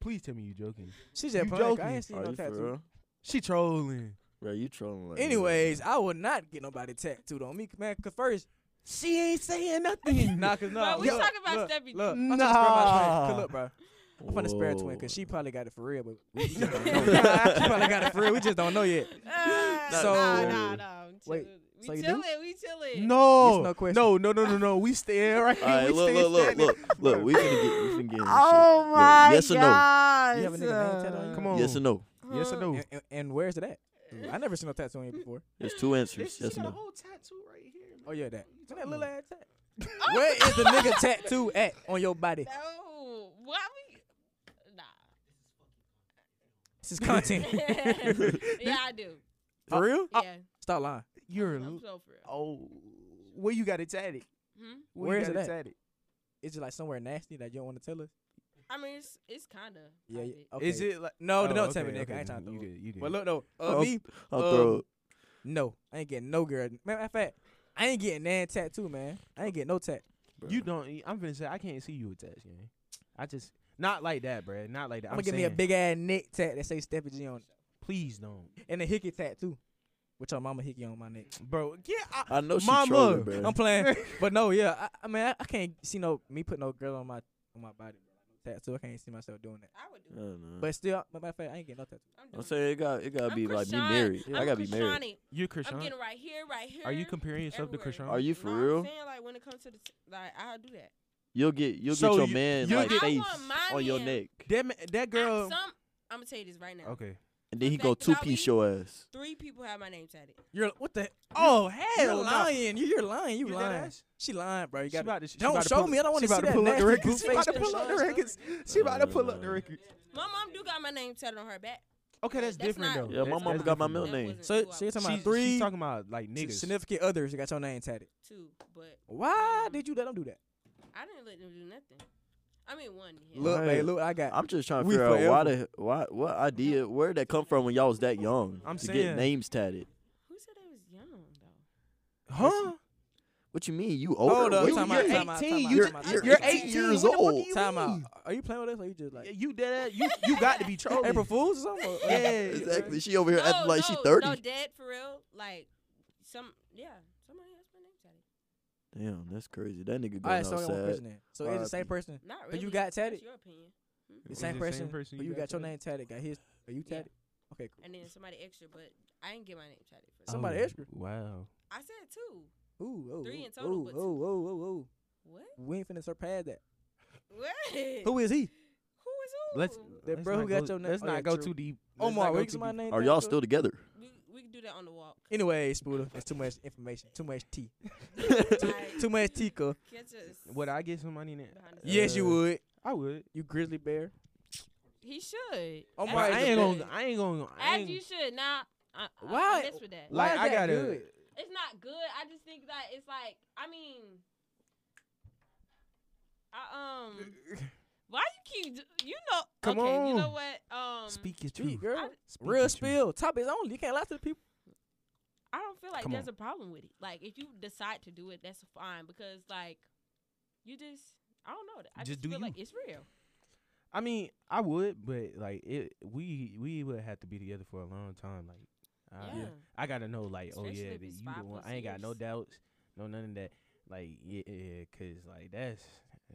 D: Please tell me you joking.
B: She
D: You
B: just playing. 'cause
D: joking.
B: I ain't seen
C: Are
B: no
C: you for
B: tattoo.
C: real?
D: She trolling.
C: Bro, you trolling like me,
B: Anyways, I will not get nobody tattooed on me, man. Cause first,
D: She ain't saying nothing.
B: nah, cause no.
A: Bro, we
B: look,
A: talking about
B: look,
A: Stevie G.
B: Look, I'm trying to spare my
D: Nah.
B: twin. Cause look, bro,
C: bro.
B: I'm trying to spare a twin,
C: Whoa.
B: cause she probably got it for real, but we just don't know. she probably got it for real. We just don't know yet.
A: Uh,
B: So-
A: nah, nah, nah. I'm
B: Wait,
A: chilling. We
B: so you do?
A: chilling. We chilling.
D: No,
B: Yes, no question.
D: no, no, no, no, no. We stay right here.
C: All right,
D: we
C: look,
D: stay
C: look, look,
D: standing.
C: look, look.
D: Bruh.
C: We finna get, we finna get. in this
B: Oh
C: shit. Look, yes or no?
A: Oh gosh. uh,
B: You have a nigga name tatted on you?
D: Come on.
C: Yes or no?
D: Yes or no?
B: And, and, and where's it at? I never seen no tattoo on you before.
C: There's two answers. Yes or no?
D: whole tattoo right here.
B: Oh yeah, that.
D: talking
B: that little
D: about?
B: ass tat. Where is the nigga tattoo at on your body?
C: Oh,
A: No. Why we? Nah.
B: This is content.
A: yeah, I do.
B: for real?
C: Oh.
A: Yeah.
B: Stop lying.
D: You're
A: I'm
D: l-
A: so for real.
D: oh, where you got it tatted?
A: Hmm?
B: Where
D: you
B: is
D: got
B: it at?
D: tatted?
B: Is it like somewhere nasty that you don't want to tell us?
A: I mean, it's it's kind of.
B: Yeah. yeah. Okay.
D: Is it like?
B: No,
D: Oh,
B: don't tell me,
D: okay,
B: nigga.
D: okay,
B: I ain't trying to.
D: You
B: do it.
D: did. You did.
B: But look though, uh,
C: I'll-
D: oh,
B: me,
C: I'll
B: uh,
C: throw it.
B: no, I ain't getting no girl. Matter of fact, I ain't getting that tattoo, man. I ain't getting no tat.
D: you don't. I'm finna say I can't see you with tats, man. I just not like that, bruh. Not like that.
B: I'm
D: I'm
B: gonna give me a
D: saying,
B: big ass neck tat that say Steffi G on it,
D: Please don't,
B: and a hickey tattoo, with your mama hickey on my neck.
D: bro. Get out.
C: I know she
D: Mama.
C: trolling, bro.
B: I'm playing, but no, yeah, I, I mean, I, I can't see no me put no girl on my on my body. tattoo. I can't see myself doing that.
A: I would
C: I
A: do it.
C: don't
D: Mm.
C: know.
B: But still, but matter of fact, I ain't getting no tattoo.
A: I'm doing
C: I'm
A: it.
C: saying it got it gotta
A: I'm
C: be like me
A: Krishan.
C: married.
A: I'm
C: I gotta be married.
A: Krishan-ing.
D: You
A: I'm
D: Krishan?
A: getting right here, right here.
D: Are you comparing yourself
A: everywhere.
D: to Krishan?
C: Are you for
A: No, I'm
C: real?
A: saying, like when it comes to the t- like I'll do that.
C: You'll get you'll
D: So
C: get your
D: you-
C: man
D: you'll
C: like
D: get-
A: I
C: face
A: want my
C: on your
A: man.
C: neck,
D: That ma- that
A: I,
D: girl.
A: some I'm gonna tell you this right now.
D: Okay.
C: and then he
A: the
C: go
A: fact that
C: two
A: I
C: piece
A: leave-
C: your ass.
A: Three people have my name tatted.
B: You're what the
D: Oh
B: You're
D: hell no!
B: lying. You, you're lying. You,
D: You
B: lying.
D: deadass?
B: She lying, bro. You
D: She
B: got
D: about to- she
B: Don't
D: about to
B: show
D: pull-
B: me. I don't want
D: she
B: to see
D: about
B: that
D: pull up the
B: nasty
D: records.
B: goose
D: She about to
B: face
D: pull up the
B: Krishan.
D: records. She about to pull up the
C: Uh,
D: records.
A: My mom do got my name tatted on her back.
D: Okay, that's,
A: That's
D: different
A: not-
D: though.
C: Yeah, my
D: That's-
C: mama
D: that's
C: got my
D: different.
C: middle
A: That
C: name.
A: wasn't
B: So,
A: who I
B: so you're talking
D: She's-
B: about
D: she's
B: three
D: talking about like
B: si-
D: niggas.
B: significant others that got your name tatted.
A: was two, but
B: Why
A: Um,
B: did you let them do that?
A: I didn't let them do nothing. I mean one. Yeah.
B: Look,
C: Right.
B: babe, look, I got.
C: I'm just trying to
B: We
C: figure out why the why what idea where would that come from when y'all was that young
D: I'm
C: to
D: saying-
C: get names tatted.
A: Who said I was young though?
D: huh?
C: What you mean? You older?
B: Hold up,
C: What
B: time
C: you
B: out,
C: mean?
B: time out, time out,
C: You're-
B: time out.
C: you're
B: You're
C: 18
B: 18
C: years
D: what the fuck
C: old.
D: do you
B: Time out.
D: mean?
B: Are you playing with us or you just like
D: You did that. You you got to be trolling.
B: April Fools or something?
D: Yeah,
C: Exactly. She over here acting like she
A: Oh, no,
C: thirty.
A: No, dead for real. Like some, yeah, somebody has my name tatted.
C: Damn, that's crazy. That nigga going
B: All right, so I got one
C: outside.
B: question then. So it's the same
C: RIP.
B: person,
A: Not really.
B: But you got
A: that's
B: tatted?
A: Your opinion.
B: the
D: Is
B: same
D: it the
B: person,
D: same person
B: but
D: you
B: you
D: got
B: got your
D: tatted?
B: name tatted. Got his. Are you
A: Yeah.
B: tatted? Okay, cool.
A: And then somebody extra, but I didn't get my name tatted. For that.
B: Some- somebody extra.
D: Oh, Wow.
A: I said two.
B: Ooh, oh,
A: Three
B: ooh,
A: in total,
B: ooh,
A: but two-
B: ooh, ooh, ooh, ooh.
A: What?
B: We ain't finna surpass that.
A: What?
B: Who is he?
A: Who is who?
D: Let's
B: That
D: let's
B: bro who
D: not
B: got
D: go,
B: your name-
D: Let's
B: oh,
D: not
B: yeah,
D: go
B: true.
D: too deep. Let's
B: Omar,
D: not go
B: where you
D: too
B: my
D: deep.
B: name?
C: Are
B: tatted
C: y'all
B: to it?
C: still together?
A: we, we can do that on the walk.
B: Anyway, Spooder, it's too much information, too much tea,
A: Like,
B: too much tika.
A: catch us.
D: Would I get some money in it?
A: behind the scenes.
B: Yes, you
D: Uh,
B: would.
D: I would.
B: You grizzly bear.
A: He should.
B: Oh
A: As
B: my-
A: you
D: I ain't
A: should.
D: gonna. I ain't gonna. I
A: As
D: ain't,
A: you should. Nah. I, I,
B: Why-
A: I mess with that.
B: Why
D: like
B: is
D: I
B: that
D: gotta.
B: good?
A: It's not good. I just think that it's like. I mean. I um. Why you keep? d- You know.
D: Come
A: okay, You know
D: on.
A: what? Um.
D: Speak your
B: Speak,
D: truth.
B: girl.
A: I-
D: Speak
B: Real
D: your truth.
B: spill. Top is only. You can't lie to the people.
A: I don't feel like
D: Come
A: there's
D: on.
A: a problem with it. Like if you decide to do it, that's fine because like you just I don't know. I
D: Just
A: just,
D: do
A: feel
D: you.
A: like it's real.
D: I mean, I would, but like it, we we would have to be together for a long time. Like, I,
A: Yeah.
D: I gotta know, like,
A: Especially
D: oh yeah,
A: if
D: that
A: it's
D: you
A: five
D: the one.
A: plus
D: I ain't got no
A: years.
D: doubts, no none of that. Like, yeah, yeah, cause like that's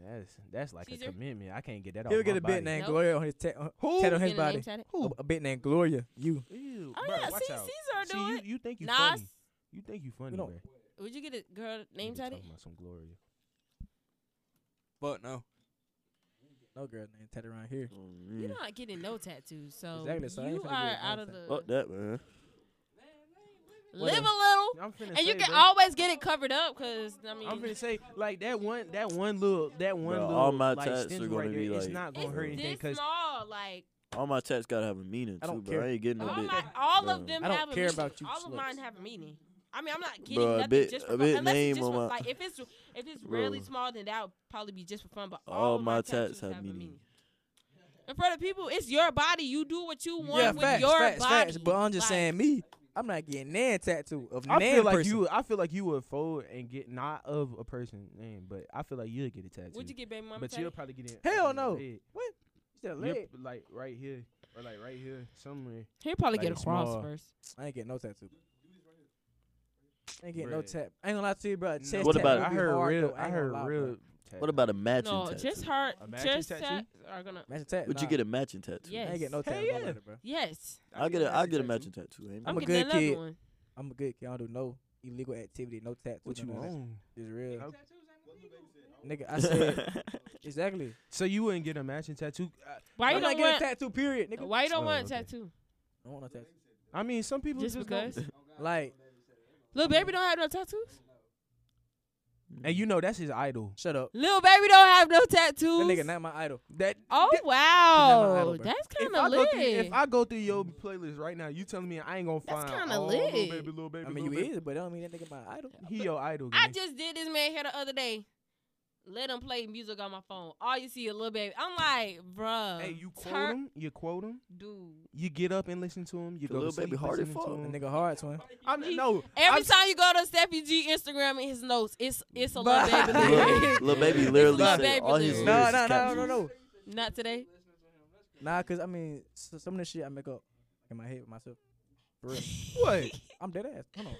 D: that's that's like
A: Caesar?
D: a commitment. I can't get that.
B: He'll
D: off
B: get
D: my
B: a bit
D: body.
B: named
A: Nope.
B: Gloria on his ta- on-
D: Who?
B: tattoo on his
A: Getting a name
B: body.
A: tatted?
B: A, a bit named Gloria. You.
D: Ew,
A: Oh
D: bro,
A: yeah,
D: watch
A: see
D: out.
A: Caesar
D: See,
A: do
D: you,
A: it.
D: you think you
A: Nas,
D: funny? You think you funny?
B: don't-
D: bruh.
A: would you get a girl name
D: Nigga
A: tatted?
D: Talking about some Gloria.
B: But no. No girl named tatted around here.
C: Oh,
A: You're
C: man.
A: not getting no tattoos, so
B: Exactly, so I ain't
A: you
B: finna get
A: are
B: no
A: out of
B: tattoo.
A: the
C: Fuck that, man.
A: live a
B: Whatever.
A: little,
D: I'm finna
A: and you
D: say,
A: can
D: bruh.
A: always get it covered up because I mean
D: I'm finna say like that one, that one little, that one
C: Bruh,
D: little.
C: all my
D: like,
C: tats
D: stencil
C: are gonna
D: right there,
C: be,
D: It's
C: like,
D: not gonna
C: uh,
D: hurt anything
A: it's this
D: because
A: small. Like
C: All my tats gotta have a meaning
B: I
C: too,
B: don't
C: bro.
B: care.
C: I ain't getting no
A: all,
C: bit.
A: Oh my, all of
C: Bruh.
A: them
B: I don't
A: have a
B: care
A: meaning.
B: about you
A: all of
B: sluts.
A: mine have a meaning. I mean, I'm not getting
C: Bruh, a
A: nothing
C: bit-
A: just
C: a
A: for
C: bit
A: fun. Unless
C: name
A: it's just
C: on
A: for,
C: my-
A: like if it's if it's really
C: Bruh.
A: small, then that would probably be just for fun. But
C: All
A: all, of
C: my
A: my
C: tats
A: tattoos
C: have
A: have, a
C: meaning.
A: meaning. In front of people, it's your body. You do what you want
B: yeah,
A: with
B: facts,
A: your
B: facts,
A: body.
B: facts. But I'm just
A: Like,
B: saying, me, I'm not getting nan tattoo of
D: I
B: nan
D: feel like
B: person.
D: you. I feel like you would fold and get not of a person's name, but I feel like you'll get a tattoo.
A: Would you get baby mama?
D: but
A: tatted?
D: you'll probably get it.
B: Hell
D: on your
B: no.
D: leg.
B: What? You said
D: Your-
B: leg.
D: like right here or like right here somewhere.
A: He'll probably
D: like
A: get a
D: it's
A: cross
D: small.
A: first.
B: I ain't getting no tattoo. I ain't getting no
D: Bruh.
B: tat. I ain't gonna lie to you, bro. Chest
C: What
B: tat
C: about-
B: would
D: I
B: be
D: heard
B: hard,
D: real.
B: though.
D: I
B: ain't gonna
D: heard
B: lie,
D: real.
B: bruh.
C: What about a matching
A: No,
C: tattoo?
A: just her.
D: A matching
A: Just
D: tattoo?
A: tats are gonna.
B: Matching tat.
C: Would you
B: nah.
C: get a matching tattoo?
A: Yeah.
B: I ain't getting no
A: Yes.
B: tattoo.
D: Hell
B: on my
D: yeah.
B: body, bruh.
A: Yes,
C: I get a I get a matching tattoo. ain't
B: I'm
A: I'm,
B: a
C: it?
A: getting
B: good
A: another
B: kid.
A: one.
B: I'm a good kid. I don't do no illegal activity, no tattoo.
D: What you
B: none of that.
D: on?
B: It's real.
D: Nope.
B: Nigga, I said exactly.
D: So you wouldn't get a matching tattoo? Uh,
A: Why you
B: I'm not
A: don't
B: getting
A: want?
B: a tattoo. Period, nigga.
A: Why you don't
D: Oh,
A: want a
D: okay.
A: tattoo?
B: I don't want no tattoo.
D: I mean, some people
A: Just
D: don't-
A: because.
B: Like,
A: Little baby don't have no tattoos.
D: And you know that's his idol.
B: shut up.
A: Little baby don't have no
B: That
A: tattoos.
B: nigga not my idol.
D: That
A: Oh
D: that-
A: wow,
B: idol, bro.
A: that's
D: If
A: kind
D: I,
A: of
D: go through,
A: lit.
D: if I go through your playlist right now, you telling me I ain't gonna
A: That's
D: find
A: kinda
D: all little
A: lit.
D: baby, little baby.
B: I mean,
D: Lil
B: you
D: Baby.
B: is, but that don't mean that nigga my idol.
D: He your idol.
A: I
D: gang.
A: just did this man here the other day. Let him play music on my phone. All you see is little baby. I'm like, bruh.
D: Hey, you quote
A: turn-
D: him. You quote him.
A: dude.
D: You get up and listen to him. You
C: The
D: go
C: Lil
D: to
C: Baby
D: sleep
C: hard as
D: listening to
C: fuck.
B: That
D: him.
B: nigga hard twin.
D: I'm, no,
A: Every
D: I'm,
A: time you go to Steffi G Instagram and his notes, it's it's a little baby. lyric.
C: Lil, Lil baby literally
A: Lil
C: said
A: Baby
C: all his
A: lyrics.
B: No,
C: lyrics
B: no,
C: is
B: no,
C: captions.
B: no, no.
A: Not today.
B: Nah, cause I mean, s some of this shit I make up in my head with myself. For real,
D: what?
B: I'm dead ass. Hold on.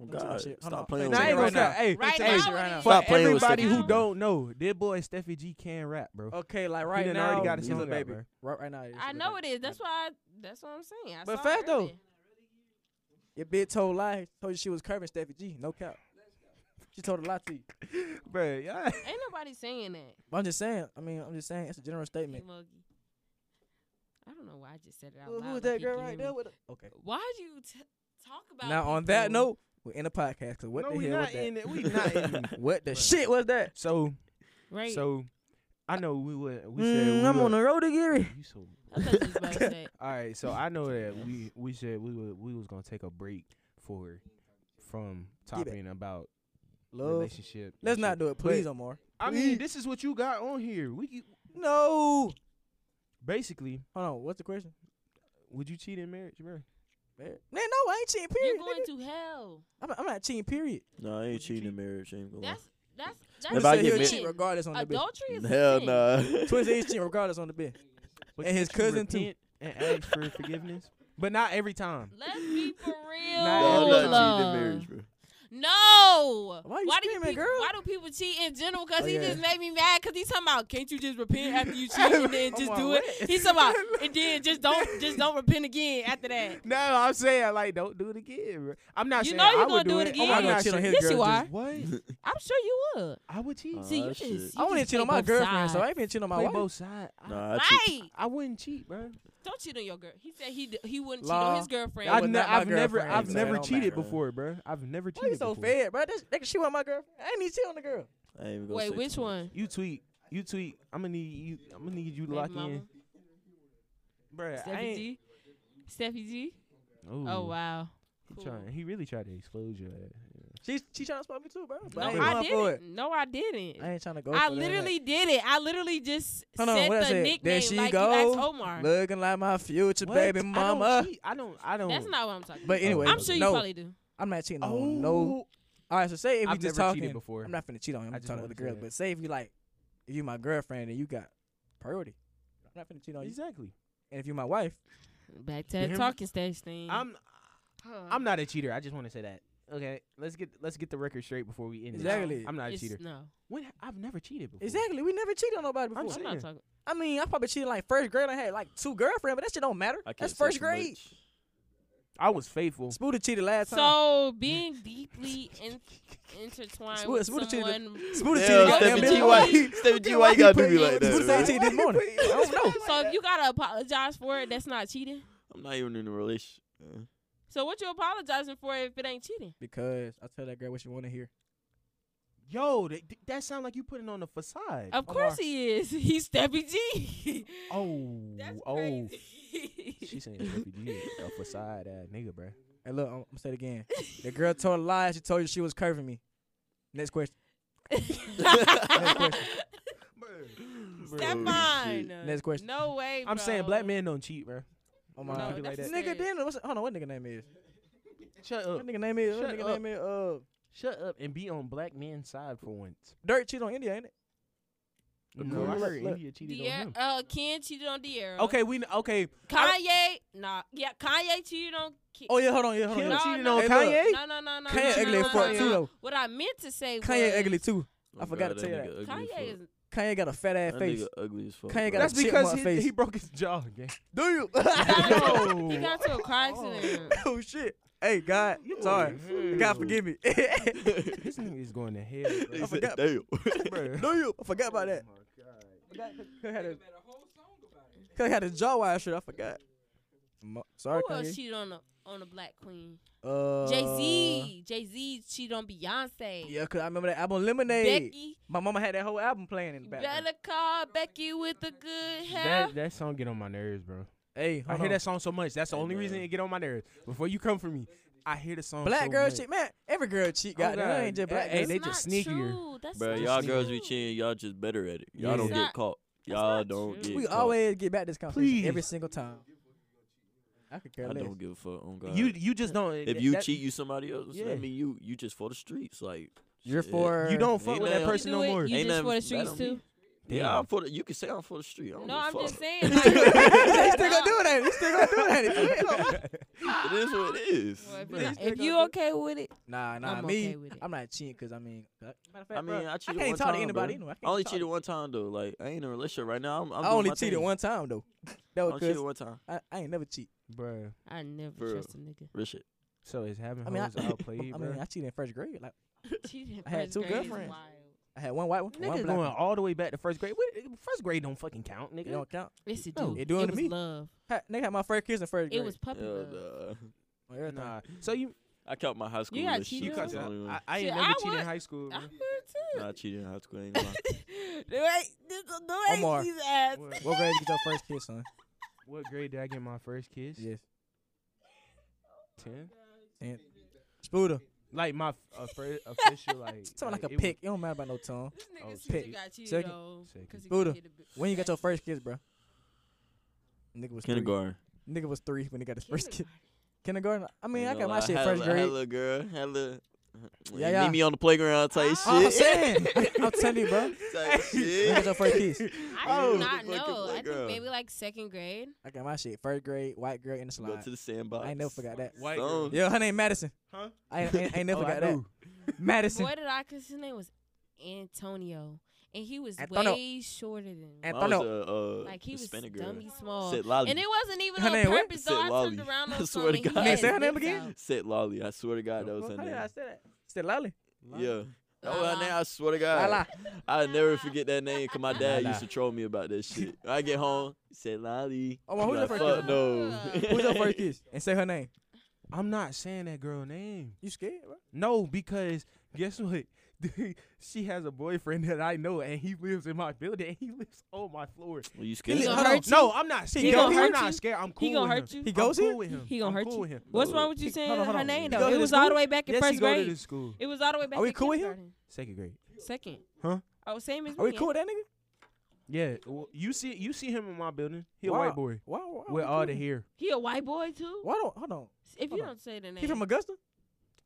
C: Oh,
B: Don't tell me
C: God,
B: shit. Hold on.
C: stop playing
B: Nah,
C: with
B: I
C: me
B: ain't
C: right
B: gonna
C: now.
B: say- hey,
A: Right
B: hey,
A: now,
B: shit
A: it is.
D: For
C: Stop playing with
D: everybody
C: Steffi
D: who
C: G.
D: don't know, this boy Steffi G can rap, bro.
B: Okay, like
D: He
B: right
D: done
B: now,
D: already got his
B: he's
D: song
B: a
D: out,
B: baby.
D: bro.
B: Right, right now, he's
A: I
B: a
A: know
B: baby.
A: it is. That's why. I, that's what I'm saying. I
B: But
A: saw
B: fact
A: it
B: though.
A: earlier.
B: Your bitch told lie. Told you she was curving Steffi G. No cap. She told a lie to you.
D: bro. Yeah.
A: Ain't nobody saying that.
B: But I'm just saying. I mean, I'm just saying. It's a general statement.
A: Emoji. I don't know why I just said it out
B: Who
A: loud.
B: who was
A: like
B: that
A: you
B: girl
A: can
B: right
A: hear
B: there?
A: me.
B: With the- okay.
A: Why do you t- talk about?
B: Now on that
A: people?
B: note, we're in a podcast. Cause what
D: no,
B: the
D: we
B: hell was
D: not
B: that?
D: in it. We not in it.
B: What the
D: Right.
B: shit was that?
D: So,
A: right?
D: so I know we would. We
B: Mm,
D: said
B: I'm
D: we
B: on the road to Gary.
D: You so
A: I thought you was about to say.
D: All right, so I know that we we said we would we was gonna take a break for from
B: Get back.
D: talking about
B: Love.
D: relationship. and
B: Let's
D: shit.
B: not do it, please,
D: But-
B: Omar.
D: I mean,
B: please.
D: this is what you got on here. We you-
B: No.
D: basically,
B: Hold on. What's the question?
D: would you cheat in marriage, bro?
B: Man, no, I ain't cheating. Period.
A: You're going
B: nigga.
A: to hell.
B: I'm, I'm not cheating. Period.
C: No, I
D: Would
C: ain't
D: you
C: cheating in
D: cheat?
C: marriage. I ain't gonna lie.
A: That's that's that's.
C: If
B: Twin
C: I
B: said
C: get
B: he'll
C: married-
B: cheat regardless on the bitch.
A: adultry is a
C: Hell
A: sin.
C: no.
B: Twin said he's cheating regardless on the bitch. And his cousin, too.
D: repent And ask for forgiveness, but not every time.
A: Let's be for real.
D: Nah,
C: I'm
D: Hell
C: not
A: love.
C: cheating in marriage, bro.
A: No.
B: Why you
A: do
B: screaming,
A: people,
B: girl?
A: Why do people cheat in general? Because
B: Oh,
A: he
B: yeah.
A: just made me mad. Because he's talking about, can't you just repent after you cheat and then just do it? He's talking about, and then just don't, just don't repent again after that.
D: No, I'm saying like don't do it again. Bro. I'm not
A: You
D: saying
A: know you
D: I would
A: gonna do it
D: I'm
A: again.
B: I'm
D: not
B: gonna cheat on
D: saying-
B: his
A: Yes,
B: girl.
A: you
B: just-
A: are.
D: What?
A: I'm sure you would.
D: I would cheat.
C: Uh,
A: See, you
C: that shit.
A: just,
B: I want to cheat on my girlfriend, so I
A: right?
B: ain't been cheating on my
D: Play
B: wife.
D: both sides. I-
C: Nah, I cheat.
A: Right?
D: I wouldn't cheat, bro.
A: Don't cheat on your girl. He said he d- he wouldn't cheat
B: Law.
A: on his girlfriend.
B: I
D: I've,
B: was
D: ne-
B: not my
D: I've never,
B: girlfriend,
D: I've
B: so it
D: never
B: don't
D: cheated
C: matter.
D: before, bro. I've never
B: Why you
D: cheated
B: so
D: before.
B: fed, bro? That's, nigga, she want my girlfriend. I ain't need cheating on the girl.
C: I ain't even gonna
A: Wait,
C: say
A: which
C: too much.
A: one?
D: You tweet, you tweet. I'm gonna need you. I'm gonna need you to
A: Baby
D: lock
A: mama?
D: in, bro. I
A: Steffi
D: ain't.
A: G. Steffi G.
D: Ooh,
A: Oh wow.
D: He,
A: Cool.
D: trying, he really tried to explode your ass.
B: She, she trying to spot me too, bro. But
A: No,
B: I ain't
A: I
B: going for it.
A: didn't. No, I didn't.
B: I ain't trying to go.
A: I
B: for that, like,
A: literally did it. I literally just
B: Hold on,
A: said
B: what I
A: the
B: said? There
A: nickname
B: she
A: like
B: go.
A: you asked Omar.
B: looking like my future
D: What?
B: baby
D: I
B: mama.
D: don't. Cheat. I don't. I don't
A: That's not what I'm talking
B: But
C: Oh,
A: about.
B: anyway,
A: I'm sure you
B: no,
A: probably do.
B: I'm not cheating
D: Oh
B: on no. All right, so say if we
D: I've
B: just
D: never
B: talking.
D: cheated before.
B: I'm not finna cheat on him.
D: I
B: I'm
D: just
B: talking to
D: wanted
B: other
D: to say
B: girls.
D: that.
B: But say if you like, if you my girlfriend and you got priority, I'm not finna cheat on you.
D: exactly.
B: And if you my wife,
A: Back to that
D: You hear me?
A: talking stage thing.
D: I'm.
A: Huh.
D: I'm not a cheater. I just want to say that. Okay, let's get let's get the record straight before we end. this.
B: Exactly.
D: I'm not a
A: It's-
D: cheater.
A: No,
D: When I've never cheated before.
B: exactly. We never cheated on nobody
D: I'm
A: I'm
B: before.
D: saying.
A: not talking.
B: I mean, I probably cheated like first grade. I had like two girlfriends, but that shit don't matter.
C: I can't
B: That's
C: say
B: first
C: too
B: grade.
C: much.
D: I was faithful.
B: Spooder cheated last time.
A: So being deeply in- intertwined
B: Swo-
A: with
B: Swooter cheated.
A: someone.
B: Spooder
C: Damn,
B: cheated.
A: goddamn
C: Steffi
A: bitch.
C: G, why,
A: Okay,
C: Steffi G, why you gotta do me like
B: Spooder
C: that? bro?
B: cheated this morning. I don't know.
A: So if you gotta apologize for it, that's not cheating.
C: I'm not even in a relationship. man.
A: So what you apologizing for if it ain't cheating?
B: Because I tell that girl what she want to hear.
D: Yo, that, that sound like you putting on a facade.
A: Of
B: Omar.
A: course he is. He's Steffi G.
D: oh,
A: that's
D: oh.
A: crazy.
D: She saying Steffi G is a facade ass nigga, bruh.
B: Hey, look, I'm I'm gonna say it again. The girl told a lie. She told you she was curving me. Next question.
A: Stefan.
B: Next question.
A: No way.
D: I'm saying
A: bro.
D: black men don't cheat, bruh.
B: Oh
A: No,
B: my
A: that's
D: like that.
B: nigga,
A: sad.
B: then what's hold on? What nigga name is?
D: Shut
B: What
D: up.
B: nigga name is? What
D: Shut
B: nigga
D: up.
B: name is? Uh,
D: Shut up and be on black men's side for once.
B: Dirt cheat on India, ain't it?
D: No, I
B: course.
D: heard
B: Look.
D: India cheated on
A: Dier-
D: him.
A: uh, Ken cheated on De'Ara.
D: Okay, we kn- okay. I-
A: Kanye. Nah. Yeah. Kanye cheated on. Ki-
B: Oh yeah, hold on, yeah, hold
D: Kim
B: on.
A: No,
D: cheated
A: no,
D: on
B: Hey, look.
D: Kanye.
A: No, no, no, no.
B: Kanye
A: no,
B: ugly
A: no,
B: as
A: no,
B: fuck
A: no,
B: too
A: no.
B: though.
A: What I meant to say was
B: Kanye ugly too. I forgot to tell you
C: Oh, that. nigga ugly
A: Kanye
C: as
A: is.
B: Kanye got a fat ass
C: fuck. That
B: face.
C: nigga ugly as fuck.
B: Kanye
C: bro.
B: got
D: That's
B: a chip
D: because
B: on my
D: he,
B: face.
D: he broke his jaw again.
B: Do you?
A: No, no,
D: No.
A: He got into a car accident.
B: oh shit. Hey God, you sorry. God forgive me.
D: This nigga is going to hell.
C: He
D: bruh.
C: said,
B: forgot.
C: "Damn."
D: Bruh.
B: Do you? I forgot about that. Cuz had a Cuz had a jaw wire shit. I forgot. Mo- Sorry,
A: Who else
B: Kanye.
A: cheated on a on a black queen?
B: Uh,
A: Jay Z. Jay Z cheated on Beyonce.
B: Yeah, cause I remember that album Lemonade.
A: Becky.
B: My mama had that whole album playing in the
A: You
B: background.
A: better call Becky with the good hair.
D: That that song get on my nerves, bro.
B: Hey,
D: I
B: hold
D: hear
B: on.
D: that song so much. That's the
C: Hey,
D: only reason
C: bruh.
D: it get on my nerves. Before you come for me, I hear the song.
B: Black
D: so
B: girl
D: much.
B: shit, man. Every girl cheat,
D: Oh,
B: goddamn.
D: God.
B: it ain't just black.
D: Hey,
B: girls.
D: they
A: That's
D: just
A: not
D: sneakier.
A: true. That's
C: Bro,
A: not
C: y'all
A: true.
C: girls be cheating. Y'all just better at it. Y'all
D: Yeah.
C: don't
A: That's
C: get
A: not-
C: caught.
A: that's
C: Y'all
A: not
C: don't
A: true.
C: get
B: we
C: caught.
B: always get back this conversation
D: Please.
B: every single time. I could care
C: I
B: less.
C: don't give a fuck. On God.
D: You you just don't.
C: if you
D: that-
C: cheat, you somebody else.
D: Yeah.
C: I mean, you you just for the streets. Like
B: You're
C: shit.
B: for
D: you don't fuck
C: Ain't
D: with that
C: nothing-
A: You
D: person
A: do
D: no
A: it,
D: more.
A: You
C: Ain't
A: just
C: nothing
A: for the
C: bad
A: streets
C: on
A: too.
C: me. Yeah,
D: Damn.
C: I'm for the. You can say I'm for the street. I don't
A: No,
C: give a
A: I'm
C: fuck.
A: just saying.
B: He
A: Like,
B: still gonna do it, ain't he? He still gonna do it, ain't he?
C: it is what it is.
A: Well, if,
D: Bruh.
A: you
D: These
A: not- if
D: niggas
A: you okay with it,
B: Nah, nah,
A: I'm
B: me.
A: okay with it.
B: I'm not cheating because I mean, matter of fact,
C: I mean,
B: bruh,
C: I cheated
B: I can't
C: one
B: talk
C: time,
B: to anybody.
C: bruh.
B: Anyway.
C: I only cheated one time though. Like I ain't in a relationship right now. I'm, I'm
B: I
C: doing
B: only
C: my
B: cheated
C: thing. Oh,
B: one time though. That
C: I
B: was
C: only cheated
B: because
C: one time.
B: I, I ain't never cheat.
D: Bruh.
A: I never
C: Bro.
A: trust a nigga.
C: Real shit.
D: So is having
B: I mean, I-
D: hoes outplayed,
B: I
D: bro?
B: mean, I cheated in first grade. Like
A: Cheating
B: I had
A: first
B: two
A: grade is
B: girlfriends.
A: wild.
B: I had one white one, one
D: Niggas
B: black
D: going
B: one.
D: all the way back to first grade. What, first grade don't fucking count,
B: It
D: nigga.
B: don't count.
A: Yes, it
D: No,
A: do.
B: it doing
A: it
B: to
A: was
B: me.
A: love.
B: Ha- nigga had my first kiss in first grade.
A: It was puppy
C: Hell
A: love.
C: nah.
B: Well, everything.
D: Nah. So you,
C: I count my high school.
A: got
C: as
A: cheated
C: cheating.
A: on?
C: That's
A: got
C: the only one.
D: I, I ain't
A: Shit,
D: never
A: I
D: cheated in
A: want-
D: high school.
A: I
D: bro.
A: heard
C: Nah, I cheated in high school. I ain't gonna lie.
A: too. the way, the, the way
B: Omar.
A: she's asked.
D: What,
B: What grade did you get your first kiss, son?
D: what grade did I get my first kiss?
B: Yes.
D: Ten.
B: And Spooder.
D: Like my f- a fir- official like.
B: Something like a
D: it was-
B: pick. It don't matter about no tongue.
A: This
D: Oh,
A: nigga said
B: second.
A: he got cheated
B: Second.
A: on. 'cause
D: Second.
A: he
B: Buddha,
A: get a bit-
B: When you got your first kiss, bro? Nigga was three.
C: Kindergarten.
B: Nigga was three when he got his first kiss.
A: Kindergarten.
B: Kindergarten. I mean, I
C: Ain't
B: got
C: gonna
B: my
C: lie.
B: shit
C: Had a
B: first
C: li-
B: grade.
C: Had a little girl. Had a little.
B: Yeah,
C: Yeah,
B: yeah.
C: Meet me on the playground type
B: Oh, I'm
C: shit.
B: saying. I'm telling you, bro. When you
C: Type
B: got
C: shit.
B: your first kiss,
A: I do
C: Oh,
A: not
C: the fucking
A: know.
C: uh,
A: I think
C: playground.
A: maybe like second grade.
B: I got my shit first grade. White girl in the
C: Go
B: slide.
C: to the sandbox.
B: I ain't never forgot that.
D: White
C: Son.
B: Yo, her name Madison.
D: Huh?
B: I ain't, ain't, ain't never
D: Oh, I
B: forgot that.
D: knew.
B: Madison.
A: Boy, did I, cause his name was Antonio, and he was
B: Antonio.
A: way shorter than me.
B: Ant-
C: I was
B: Antonio.
C: a uh,
A: Like he was
C: Hispanic girl.
A: dummy small,
C: Said lolly.
A: and it wasn't even
B: Her
A: on
B: name what?
A: purpose.
C: Said
A: Though I
C: lolly.
A: turned around
C: I
A: on
C: swear to
A: something.
C: God.
A: He
B: Say her name again?
A: again.
C: Said lolly. I swear to God, that was her name.
B: say that? Said Lolly.
C: Yeah. That was
A: Lala.
C: her name. I swear to God. I'll never
A: Uh-huh.
C: forget that name because my dad used to troll me about that shit. When I get home, he said Lolly.
B: Oh, well, who's
C: I'm
B: your
C: like,
B: first
C: "Fuck
A: kiss?"
C: no.
B: Who's your first kiss? And say her name.
D: I'm not saying that girl name.
B: You scared, bro?
D: No, because guess what? she has a boyfriend that I know, and he lives in my building. And he lives on my floor.
C: Well, you
A: He
C: scared?
A: gonna
D: Hold on.
A: hurt you?
D: No, I'm not scared.
A: gonna
D: I'm
A: hurt
D: not
A: you?
D: scared. I'm cool.
A: He gonna
D: with
A: hurt
D: him.
A: you.
B: He
D: I'm
B: goes
D: cool
B: here?
D: With him.
A: He gonna
D: I'm
A: hurt
D: cool
A: you?
D: With him.
A: What's
C: Look.
A: wrong with you
B: He-
A: saying
B: hold on, hold
A: her
B: on.
A: name
B: He
A: though?
B: go
A: It
B: to
A: was
B: school?
A: all the way back in
D: Yes, he
A: first
D: go to
A: grade.
D: the school.
A: It was all the way back.
B: Are we
A: in
B: cool with him?
A: kindergarten.
D: Second grade.
A: Second.
D: Huh?
A: Oh, same as
B: Are we
A: me.
B: cool with that nigga?
D: Yeah. Well, you see, you see him in my building. He
B: Wow.
D: a white boy
B: Why? why
D: with
B: are we
D: all
B: cool?
D: the hair.
A: He a white boy too.
B: Why don't? Hold on.
A: If you
B: Hold on.
A: don't say the name,
B: He from Augusta.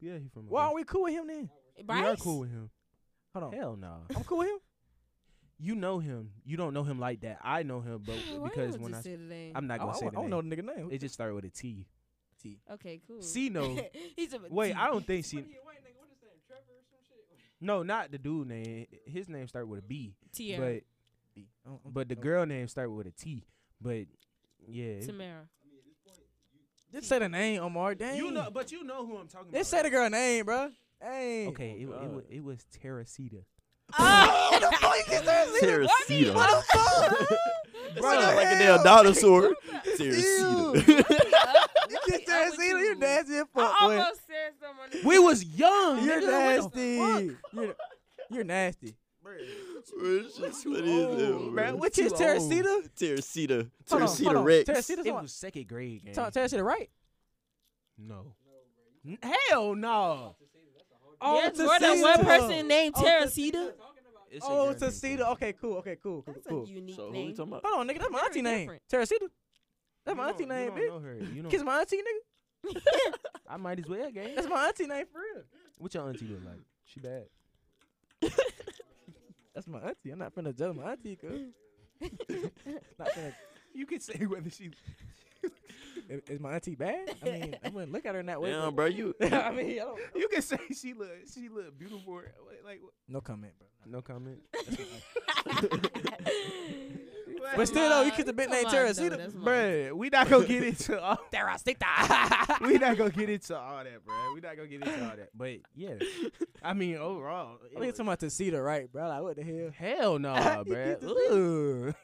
D: Yeah, he from.
B: Why
D: Wow.
B: aren't we cool with him then?
A: Bryce.
D: We are cool with him.
B: Hold on.
D: Hell no.
B: I'm cool with him.
D: You know him. You don't know him like that. I know him, but
A: Why
D: because
A: don't
D: when
A: you
D: I,
A: say the name?
D: I'm
B: I,
D: not gonna
B: Oh, I-
D: say
B: I
D: the name.
B: don't know the nigga name.
D: It just started with a T.
A: okay, cool.
D: C no.
A: He's a
D: Wait,
A: T.
D: I don't think she. No, not the dude name. His name started with a B,
A: Tierra.
B: B. I don't- I'm-
D: but but the
B: I'm-
D: girl name started with a T. But yeah, it-
A: Tamara.
B: Just say the name, Omar. Dang.
D: you know, but you know who I'm talking
B: Just
D: about.
B: say the girl name, bro. Dang.
D: Okay, it, wa- it,
C: God.
D: wa- it was Terracita.
B: What
A: Oh!
B: the fuck is that?
C: Terracita.
B: What the fuck?
C: That
B: Bro,
C: sound like a
B: hell.
C: damn dinosaur.
B: Ew.
C: Terracita.
B: You get Terracita, you're nasty as fuck,
A: I
B: boy.
A: almost said someone.
D: We was young.
B: You're
D: nigga, what the
B: nasty. You're, you're nasty.
C: Bro, it's just what it is,
D: Oh,
C: bro.
D: bro,
B: Which
D: too
B: is
D: old.
B: Terracita?
C: Terracita.
B: Hold on, hold
C: Terracita
B: on.
C: Rex.
B: Terracita-
D: f- It was second grade. gang.
B: Ta- Terracita, right?
D: No. N- Hell no.
B: Oh,
A: Yes, we're that one person named
B: Oh,
A: Tara
B: Tacita.
A: Cedar.
D: It's a
B: Oh,
D: girl named
B: Terracita.
D: Terracita.
B: Okay, cool. Okay, cool. Cool.
A: That's a
B: cool.
A: unique
C: So who we
A: oh, name.
C: talking about?
B: Hold on, nigga. That's my
A: Very
B: auntie name.
A: different.
B: Terracita. That's my
D: You
B: auntie
D: don't- you
B: name,
D: don't
B: bitch.
D: know her. You
B: Kiss
D: don't,
B: my auntie, nigga.
D: I might as well, gang.
B: That's my auntie name for real.
D: What your auntie look like? She bad.
B: That's my auntie. I'm not finna judge my auntie, cuz. not finna.
D: You could say whether she.
B: Is, is my auntie bad? I mean, I wouldn't look at her in that way.
C: Damn,
B: but-
C: bro, you.
B: I mean, I don't.
D: You could say she look. She look beautiful. Like
B: No comment, bro.
D: no comment.
B: But still, though, you kiss the bitch
A: Come
B: named
A: on,
B: Tara
A: though,
B: Cedar.
A: that's my-
D: Bruh, we not gonna get into all.
B: Terracita.
D: we not gonna get into all that, bruh. We not gonna get into all that. But yeah, I mean overall, it
B: I mean,
D: was-
B: talking about Tacita, right, bro? Like, what the hell?
D: hell no, nah,
B: You
D: bruh.
B: get to
D: Ooh.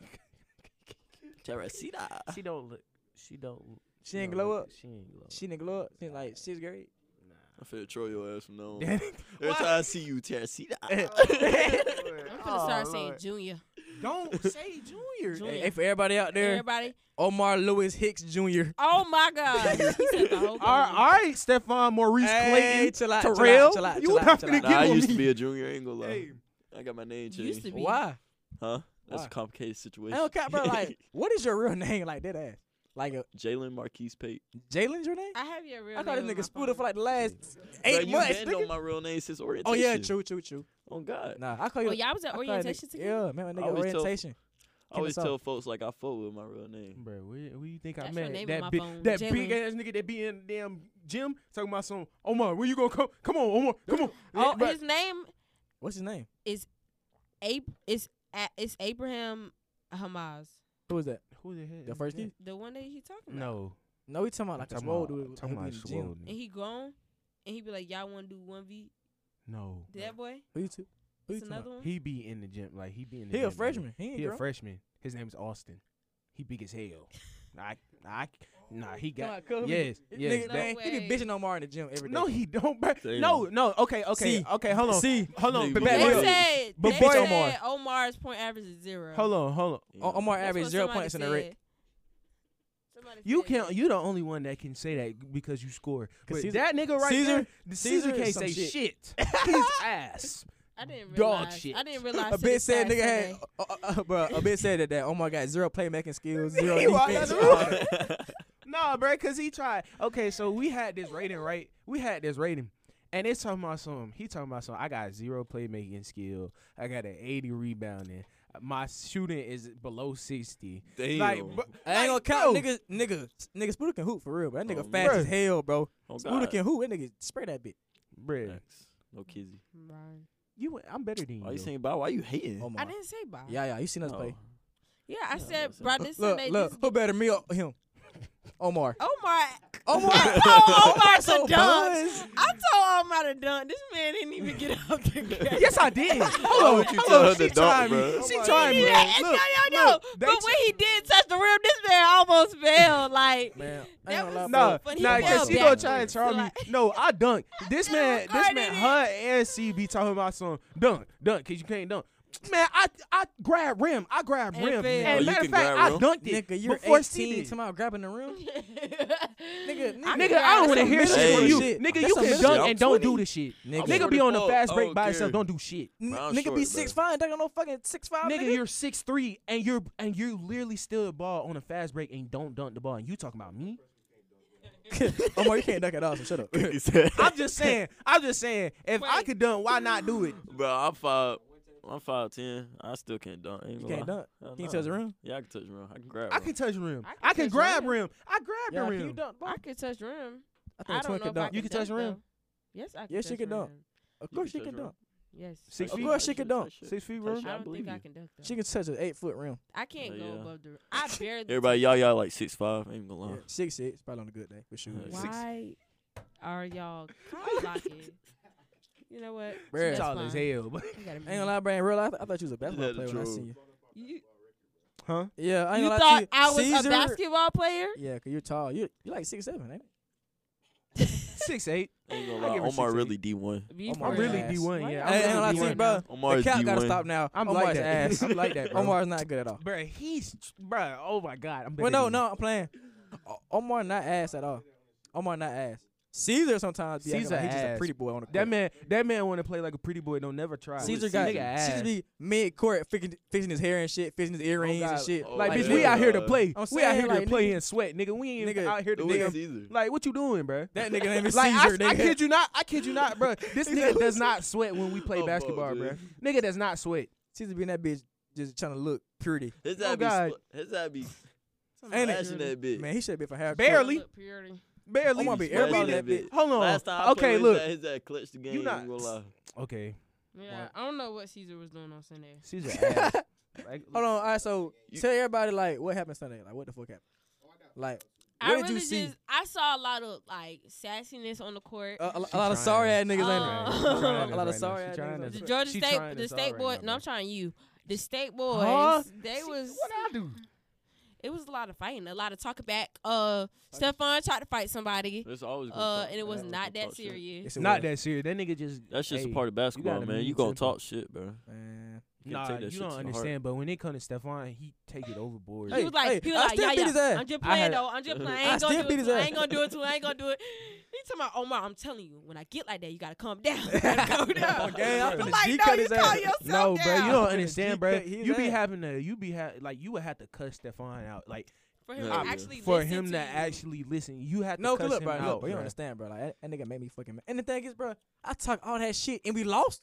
C: Terracita.
D: She don't look. She don't.
B: She didn't glow up.
D: She ain't glow
B: She didn't glow up since like sixth grade.
C: I feel troll your ass from now on.
D: up.
C: Every time I see you, Terracita.
A: I'm gonna start saying Junior.
D: oh, Don't say Junior.
A: Junior.
B: Hey, for everybody out there,
A: Everybody.
B: Omar Lewis Hicks Jr.
A: Oh my God. He said the whole
D: All right,
A: thing.
D: all right, Stephon Maurice
B: Hey,
D: Clayton.
B: chill out, chill out,
D: Terrell,
B: chill out,
D: you
B: chill out,
D: not
B: chill
D: finna
B: out.
D: get
C: Nah, I
D: on
C: used to
D: me.
C: be a junior. I ain't gonna lie.
D: Hey,
C: I got my name
A: You used
C: changed.
A: to be.
B: Why?
C: Huh? That's
B: Why?
C: a complicated situation.
B: I don't care, bro. Like, what is your real name? Like that ass. Like, uh,
C: Jalen Marquise Pate.
B: Jalen's your name?
A: I have your real
B: I thought
A: name on
B: this nigga
A: my
B: Spooder for
A: phone.
B: like the last
C: Bro,
B: eight
C: you
B: months.
C: been on
B: Nigga.
C: my real name since
B: Oh
C: orientation.
B: yeah, true, true, true.
C: Oh God.
B: Nah, I call you.
A: Oh, y'all was at
B: I call you
A: orientation
B: nigga-
A: together?
B: Yeah, man, my nigga
C: always tell-
B: orientation.
C: I always
B: us off.
C: tell folks like I fuck with my real name.
D: Bro, where, where you think I
A: That's your
D: met?
A: name in my
D: that big,
A: phone,
D: that
A: Jalen.
D: big ass nigga that be in damn gym talking about some Omar. Where you gonna come? Come on, Omar. Come on.
A: Oh,
D: But-
A: his name
B: What's his name?
A: Ab- is A- it's Abraham Hamas,
B: Who is that?
D: who the hell?
B: The
D: is
B: first
D: that?
B: kid?
A: the one that he talking about.
D: No,
B: No, we talking about like a
D: talking
B: swole
D: about-
B: dude.
D: Talking
B: who
D: about
B: be in the gym.
D: swole
A: And
D: nigga.
A: he grown, and he be like, "Y'all want to do one v
D: No,
A: that boy?
B: Who you? t- Who you
A: It's
B: talking about?
A: another one."
D: he be in the gym. Like he be in. The
B: He
D: gym,
B: a
D: nigga.
B: freshman. He ain't
D: He a
B: grown.
D: freshman. His name's Austin. He big as hell. I, I, nah, he
B: Come
D: got.
B: on, cuz he be-
D: Yes,
B: this
D: yes.
B: Nigga,
A: No
B: man, he
A: way.
B: be bitching Omar in the gym every day.
D: No, he don't. Bro.
C: Damn.
D: No, no. Okay, okay,
B: See.
D: okay. Hold on.
B: See,
D: Hold on.
C: Nigga,
D: But
C: you
D: back
A: They
C: Bro.
D: up.
A: said,
B: But
A: they
B: boy-
A: said
B: Omar.
A: Omar's point average is zero.
D: Hold on. Hold on.
C: Yeah.
B: O- Omar
A: That's what
B: averaged zero
A: somebody
B: points in the
A: said.
B: rec.
A: Somebody
D: You
A: said.
D: can't. You the only one that can say that because you score.
B: 'Cause
D: But
B: Caesar-
D: that nigga right
B: Caesar-
D: there, the Caesar,
B: Caesar is
D: can't
B: some
D: say
B: shit.
D: shit. His ass.
A: I didn't
D: Dog
A: realize.
D: shit.
A: I didn't realize.
B: A bitch said nigga had,
A: hey.
B: uh, uh, uh, bro. A bitch said that that Omar got zero playmaking skills, zero
D: He walked
B: defense.
D: out the
B: all
D: room.
B: that.
D: Nah, bro, cause he tried. Okay, so we had this rating, right? We had this rating, and it's talking about some. He talking about some. I got zero playmaking skill. I got an eighty rebounding. My shooting is below sixty.
C: Damn. Oh,
D: Like, bro,
B: I ain't gonna
D: like,
B: count,
D: bro,
B: nigga. Nigga, nigga, Spooter can hoop for real, but that nigga
C: Oh,
B: fast
D: bruh.
B: as hell, bro.
C: oh,
B: Spooter
C: God.
B: can hoop. That nigga spray that bitch.
D: Bro,
C: Thanks. No kizzy.
D: you. I'm better than you.
C: Why you
D: though.
C: saying bye? Why you hating? Oh.
A: I
B: Omar.
A: didn't say bye. Yeah,
B: Yeah, yeah. You seen us
C: No.
B: play?
A: I
C: Yeah,
A: said,
C: that's-
A: bro, this
B: Look,
A: they
B: look.
A: just
B: Who better, me or him? Omar.
A: Omar.
B: Omar.
A: Oh, Omar's
B: So
A: a dunk.
B: buzzed.
A: I told Omar to dunk. This man didn't even get up to get
D: Yes, I did.
C: Why
D: Hold
C: would
D: on,
C: you
D: hold
C: tell
D: on.
C: her to
D: She
C: dunk,
D: tried me.
C: bro?
D: She tried me.
A: yeah,
D: Look,
A: no, no, no.
D: look, they
A: but when he did touch the rim, this man almost fell. Like,
B: Man, I ain't
A: that
B: gonna
A: was
B: lie,
D: Nah,
A: but he
D: nah,
A: fell
D: cause she gonna
A: backwards.
D: try and charm me.
A: Like-
D: No, I dunk. This
A: I
D: man, this
A: recorded
D: man, her and C be talking about some dunk, dunk, cause you can't dunk. Man, I I grab rim, I grab
A: And
D: rim,
A: fell.
D: and
A: Oh, you
D: matter of
C: can
D: fact,
C: grab
D: I
C: rim?
D: dunked it
B: Nigga, you're
D: before she
B: 18.
D: did.
B: Talking about grabbing the rim. Nigga,
A: I can
D: Nigga, I don't
A: grab
D: want to
A: some
D: hear
B: That's
D: shit
B: some
D: from you.
B: shit.
D: Nigga,
B: That's
D: you
B: some
D: can
B: shit.
D: dunk
C: I'm
D: and don't
C: 20.
D: do this shit.
B: Nigga.
C: I'm
D: Nigga be on the
C: 44.
D: fast break
C: I
D: by
C: don't
D: yourself,
C: care.
D: don't do shit.
B: N-
C: Brown
B: nigga be
C: short, bro.
B: six five, duck on no fucking six five.
D: Nigga, you're six three and you're and you literally steal the ball on a fast break and don't dunk the ball. And you talking about me?
B: Omar, you can't duck at all. So shut up.
C: He said-
D: I'm just saying. I'm just saying. If I
A: Wait.
D: could dunk, why not do it?
C: Bro, I'm five. I'm five ten. I still can't dunk. Ain't
B: You
C: gonna
B: can't Oh,
C: lie.
B: dunk.
C: Hell
B: Can you
C: nah.
B: touch the rim?
C: Yeah, I can touch rim. I can grab.
D: I
C: rim.
D: can touch rim.
A: I can
D: I can
A: touch
D: grab
A: rim.
D: rim. I grabbed
B: Yeah,
D: the
B: can you
D: rim.
B: dunk? bro?
A: I could touch rim.
B: I
A: I don't
B: think Twin
A: know
B: can
A: if I
B: dunk.
A: can
D: You can touch rim?
A: though. Yes, I can.
B: Yes, she
A: touch
B: can dunk.
A: rim.
B: Of course she
C: touch
B: can
C: rim.
B: dunk.
A: Yes,
D: Six
A: I
D: feet?
A: can.
D: Of course
B: she can dunk.
D: Six feet
C: That
D: rim?
C: shit,
A: I
C: I
A: don't
C: believe
A: think I
C: you.
A: can dunk. Though.
B: She can touch an eight foot rim.
A: I can't
C: Yeah,
A: go
C: yeah.
A: above the. rim. I barely.
C: Everybody, y'all, y'all like six five. I ain't gonna lie.
B: Yeah, six six, probably on a good day for sure.
C: Yeah, six.
A: Why are y'all cock blocking? You know what?
B: Bruh.
A: That's
D: Tall as
A: fine.
D: hell. but-
A: You gotta
B: I ain't gonna
A: move.
B: lie, Brian. In real life, I thought you was a basketball
C: had to
B: player when I
C: draw.
B: seen you.
A: You,
D: Huh?
B: Yeah, I ain't
A: you
B: gonna
A: thought
B: lie to you.
A: I was
B: Caesar,
A: a basketball player?
B: Yeah, cause you're tall. You you like six seven, ain't
D: Six eight.
C: I ain't
D: I
C: gonna lie.
D: give her
C: Omar
D: six,
C: really D one.
A: You
D: I'm
B: I'm Omar
D: really
B: ass.
D: D one. Yeah.
B: I ain't gonna lie
D: I'm
B: to
D: really
B: you,
D: D1.
B: bro.
C: Omar
B: the
C: is
B: cap
C: D
B: gotta stop
C: one.
B: now.
D: I'm
B: Omar's
D: like that.
B: ass.
D: I'm like that, bro.
B: Omar's not good at all.
D: Bro, he's bro. Oh my god. I'm better
B: Well, no,
D: than
B: no, I'm playing. O- Omar not ass at all. Omar not ass. Caesar sometimes be acting
D: Caesar
B: like he's just
D: ass.
B: a pretty boy on the
D: you.
B: court.
D: That man. That man want to play like a pretty boy. Don't never try.
B: Caesar
C: Caesar.
B: got
D: Nigga ass.
B: Caesar be mid court fixing, fixing his hair and shit, fixing his earrings and
D: God.
B: shit.
C: Oh,
D: Like
B: Like,
D: bitch,
B: that.
D: we out here to
C: uh,
D: play.
B: I'm
D: we out here
B: saying,
D: to
B: like,
D: play
B: nigga-
D: and sweat, nigga. We ain't
B: nigga,
D: out here to
C: Who is
D: damn.
C: Caesar?
D: Like what you doing, bro?
B: that nigga name is
D: Like I,
B: Caesar.
D: I
B: nigga.
D: kid you not. I kid you not, bro. This
B: He
D: nigga
B: said,
D: does not sweat when we play
C: Oh,
D: basketball,
C: boy,
D: bro.
C: dude.
D: Nigga does not sweat.
B: Caesar being that bitch just trying to look pretty.
C: His
D: Oh,
C: that be.
D: God.
C: sl- His that be.
B: Ain't
C: Smashing
B: it?
C: that bitch.
B: Man, he should be for half.
D: Barely. Barely.
B: I'm gonna be
C: Smashing
B: everybody
C: that
B: that bitch.
C: bitch.
D: Hold on.
C: Last time I
D: okay,
C: played with
D: look.
C: his ass, his ass clutched the game. You
D: not-
C: not gonna lie.
D: Okay,
A: Yeah,
D: What?
A: I don't know what Caesar was doing on Sunday.
D: Caesar. ass. like,
B: Hold on, all right. So
C: You-
B: tell everybody like what happened Sunday. Like what the fuck happened? Like
A: I
B: what did
A: really
B: you see? Uh,
A: just I saw a lot of like sassiness on the court.
B: A,
D: She
B: a, a lot
D: trying. Oh.
B: of sorry ass niggas
A: Uh,
B: ain't
A: She
B: it?
A: trying
B: A
A: us
B: lot
D: right
B: of
D: now.
B: sorry
D: She
B: ass
D: trying
B: niggas.
D: us.
A: the
B: ain't it?
A: Georgia
D: She
A: State,
D: trying
A: the
D: us all
A: State
D: right
A: boy.
D: now,
A: no, I'm
D: though.
A: trying you. The State boys.
D: Huh?
A: They was
D: What I do?
A: it was a lot of fighting, a lot of talking back. Uh, Stefan tried to fight somebody.
C: It's always. gonna
A: Uh,
C: talk-
A: and it was
C: everyone
A: not
C: gonna
A: that
C: talk shit.
A: serious.
B: It's a
D: Not
B: win.
D: that serious. That nigga just.
C: That's just
D: hey,
C: a part of
D: gotta
C: basketball,
D: mean
C: man. You gonna
D: simple.
C: talk shit, bro.
B: Man.
C: You
D: Nah,
C: gotta take that
D: you
C: shit
D: don't
C: to the heart.
D: understand. But when it comes to Stefan, he take it overboard.
A: he
B: Hey,
A: was like,
B: hey,
A: he was
B: I
A: like,
B: still
A: yeah,
B: beat
A: yeah.
B: his ass.
A: I'm just
D: I
A: playing
D: had-
A: though. I'm just playing. I
B: I
A: ain't gonna
B: still
A: do
B: beat
A: it.
B: his
A: To, you. I
B: ass.
A: ain't gonna do it. To, you. I ain't gonna do it. He talking about Omar. I'm telling you, when I get like that, you gotta calm down. You gotta calm down.
B: Come on, gang, I'm
A: I'm
B: finna
A: like,
B: G
A: no,
B: cut
A: you
B: his
A: calm
B: ass.
A: yourself down.
D: No, bro, you don't
B: Finna
D: understand,
B: G
D: bro.
B: cut his
D: You be
B: ass.
D: having to, you be ha- like, you would have to cuss Stefan out, like
A: For him
C: Yeah,
A: to
C: yeah.
A: actually
D: for
A: listen
D: him
A: to
D: to
A: you.
D: actually listen. You have to
B: No, 'cause
D: cuss
B: look,
D: him
B: bro,
D: out.
B: look, bro, you
D: bro.
B: understand, bro. Like that, that nigga made me fucking. Mad. And the thing is, bro, I talk all that shit and we lost.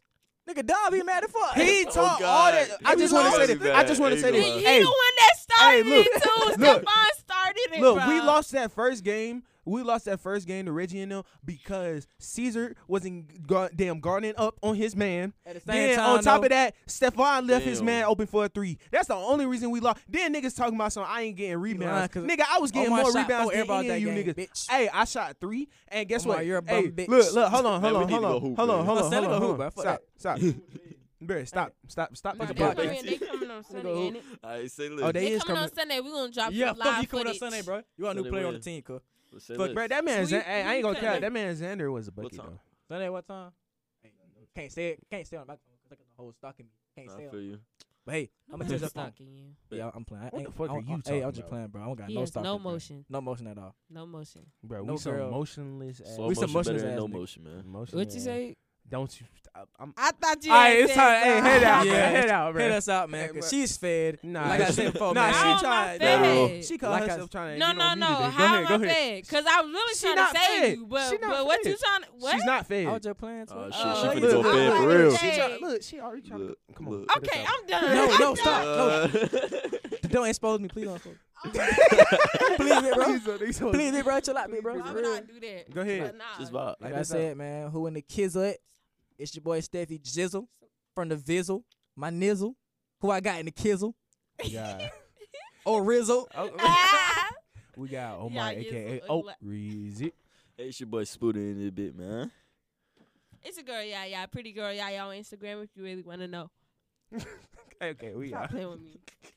B: Nigga, Dom be mad at fuck.
D: He
C: Oh,
D: taught all
C: God.
D: that. I
B: He
D: just
B: was
D: want to say
B: lost.
D: this. I just want to say
C: He
D: this.
C: was.
A: He
D: Hey,
A: the one that started
D: look,
A: it too.
D: look.
A: Stephon started it.
D: Look,
A: bro.
D: we lost that first game. We lost that first game to Reggie and them because Caesar wasn't gar- damn guarding up on his man.
B: At the same
D: Then
B: time,
D: on top
B: though-
D: of that, Stephon left his
C: Damn.
D: man open for a three. That's the only reason we lost. Then niggas talking about something. I ain't getting
B: lying,
D: rebounds.
B: 'cause
D: Nigga, I was getting
B: Omar
D: more
B: shot
D: rebounds
B: four
D: than
B: airballs
D: any of you
B: that game,
D: niggas.
B: bitch.
D: Hey, I shot three, and guess
B: Omar,
D: what?
B: you're a bum
D: hey,
B: bitch.
D: look, look, hold on,
C: Man,
D: hold
C: we
D: on, hold
C: need to
D: on,
C: go hoop,
D: hold on,
C: man.
D: hold
B: Let's
D: on,
B: sell
D: hold
B: it to
D: on,
B: hoop,
D: hold
B: bro.
D: on.
B: Fuck
D: Stop, stop, Barry, stop, stop, stop.
A: Nah,
D: the
A: they,
B: podcast.
A: coming,
D: podcast.
A: in- they coming on Sunday.
B: who-
A: ain't it?
C: I say
D: Oh,
C: listen.
D: they
A: They
D: is
A: coming,
D: coming.
A: on Sunday. We gonna drop
B: Yeah,
A: some
B: fuck
A: live
B: you coming up
A: footage.
B: Sunday, bro. You want a
C: Sunday
B: new player on the
C: win.
B: team, cuz.
C: Say
B: Fuck,
C: listen.
D: Bro, that man,
A: Who you-
D: Zan- hey,
A: who
D: I
A: you
D: ain't gonna
A: telling?
D: cap. That man Xander was a
C: What
D: bucket
C: time?
D: though.
B: Sunday, what time? Can't say it. Can't say it on the microphone. 'cause I got the whole stocking. Can't
C: I
B: say it.
C: feel you.
B: But hey, I'm gonna
A: Who's
B: tell you something.
A: stalking you?
B: Yeah, I'm playing. I
D: What the
B: ain't-
D: fuck
B: I
D: are
B: don't-
D: you
B: I- Hey, I
D: talking
B: was just
D: about?
B: playing, bro. I don't got
A: He
B: no
A: has
B: stopping.
A: no
B: bro.
A: motion.
B: No motion at all.
A: No motion.
D: Bro,
B: No
D: we so
B: girl.
D: motionless. ass-
C: Slow
B: We some
C: motion
B: motionless
C: better than
B: ass
C: no
B: nigga.
C: motion, man.
D: Motion
A: What you
D: ass.
A: say?
D: Don't you? stop. I'm.
A: I thought you.
D: Hey,
A: had
D: it's
A: said
D: time. Hey,
A: something.
D: head out,
B: Yeah,
D: bro. Head out, bro.
B: Hit us out,
D: Hey,
B: man.
D: bro.
B: Cause she's fed.
D: Nah,
B: like I said before,
D: nah,
B: man.
D: she
A: How am I
D: tried.
A: fed?
D: She called
B: Like I-
D: herself trying to.
A: No,
D: get
A: no,
D: on
A: no.
D: me today. Go
A: How
D: ahead, go
A: am I
D: ahead.
A: fed? Because I was really
D: She
A: trying
D: not
A: to save
D: fed.
A: you, but,
D: She not
A: but what
D: fed.
A: you trying to? What?
D: She's not fed.
B: I was just playing.
C: Oh,
B: twice.
C: shit,
A: Uh,
C: she
A: you
C: finna go
A: look-
C: fed
A: I
C: for
A: look
C: real.
A: dead.
D: She
A: Hey.
D: tryna- look, she already trying to.
C: Look,
D: Come on.
C: look.
D: get
A: okay,
D: us out.
A: I'm done.
B: No,
A: I'm done.
B: no, stop. No. Don't expose me, please. Don't expose me. please, bro.
D: These are- these are-
B: Please, bro. Chill out, me, bro.
A: Why
B: For
A: would
B: real.
A: I do that?
D: Go ahead.
A: But nah.
C: Just vibe.
B: Like
D: Hit
B: I
D: us up.
B: said, man, who in the kids at? It's your boy Steffi Jizzle from the Vizzle, my nizzle, who I got in the kizzle,
D: Yeah.
B: or Rizzle.
D: Oh,
A: Ah.
D: We got oh
A: Yeah,
D: Omar,
A: you
D: aka
A: look
D: Oh
A: like-
D: Reezy.
C: Hey, it's your boy Spooter in this bit, man.
A: It's a girl, yeah, yeah. Pretty girl, yeah, yeah. On Instagram, if you really want to know.
D: Okay, we
A: Stop
D: out.
A: playing with me.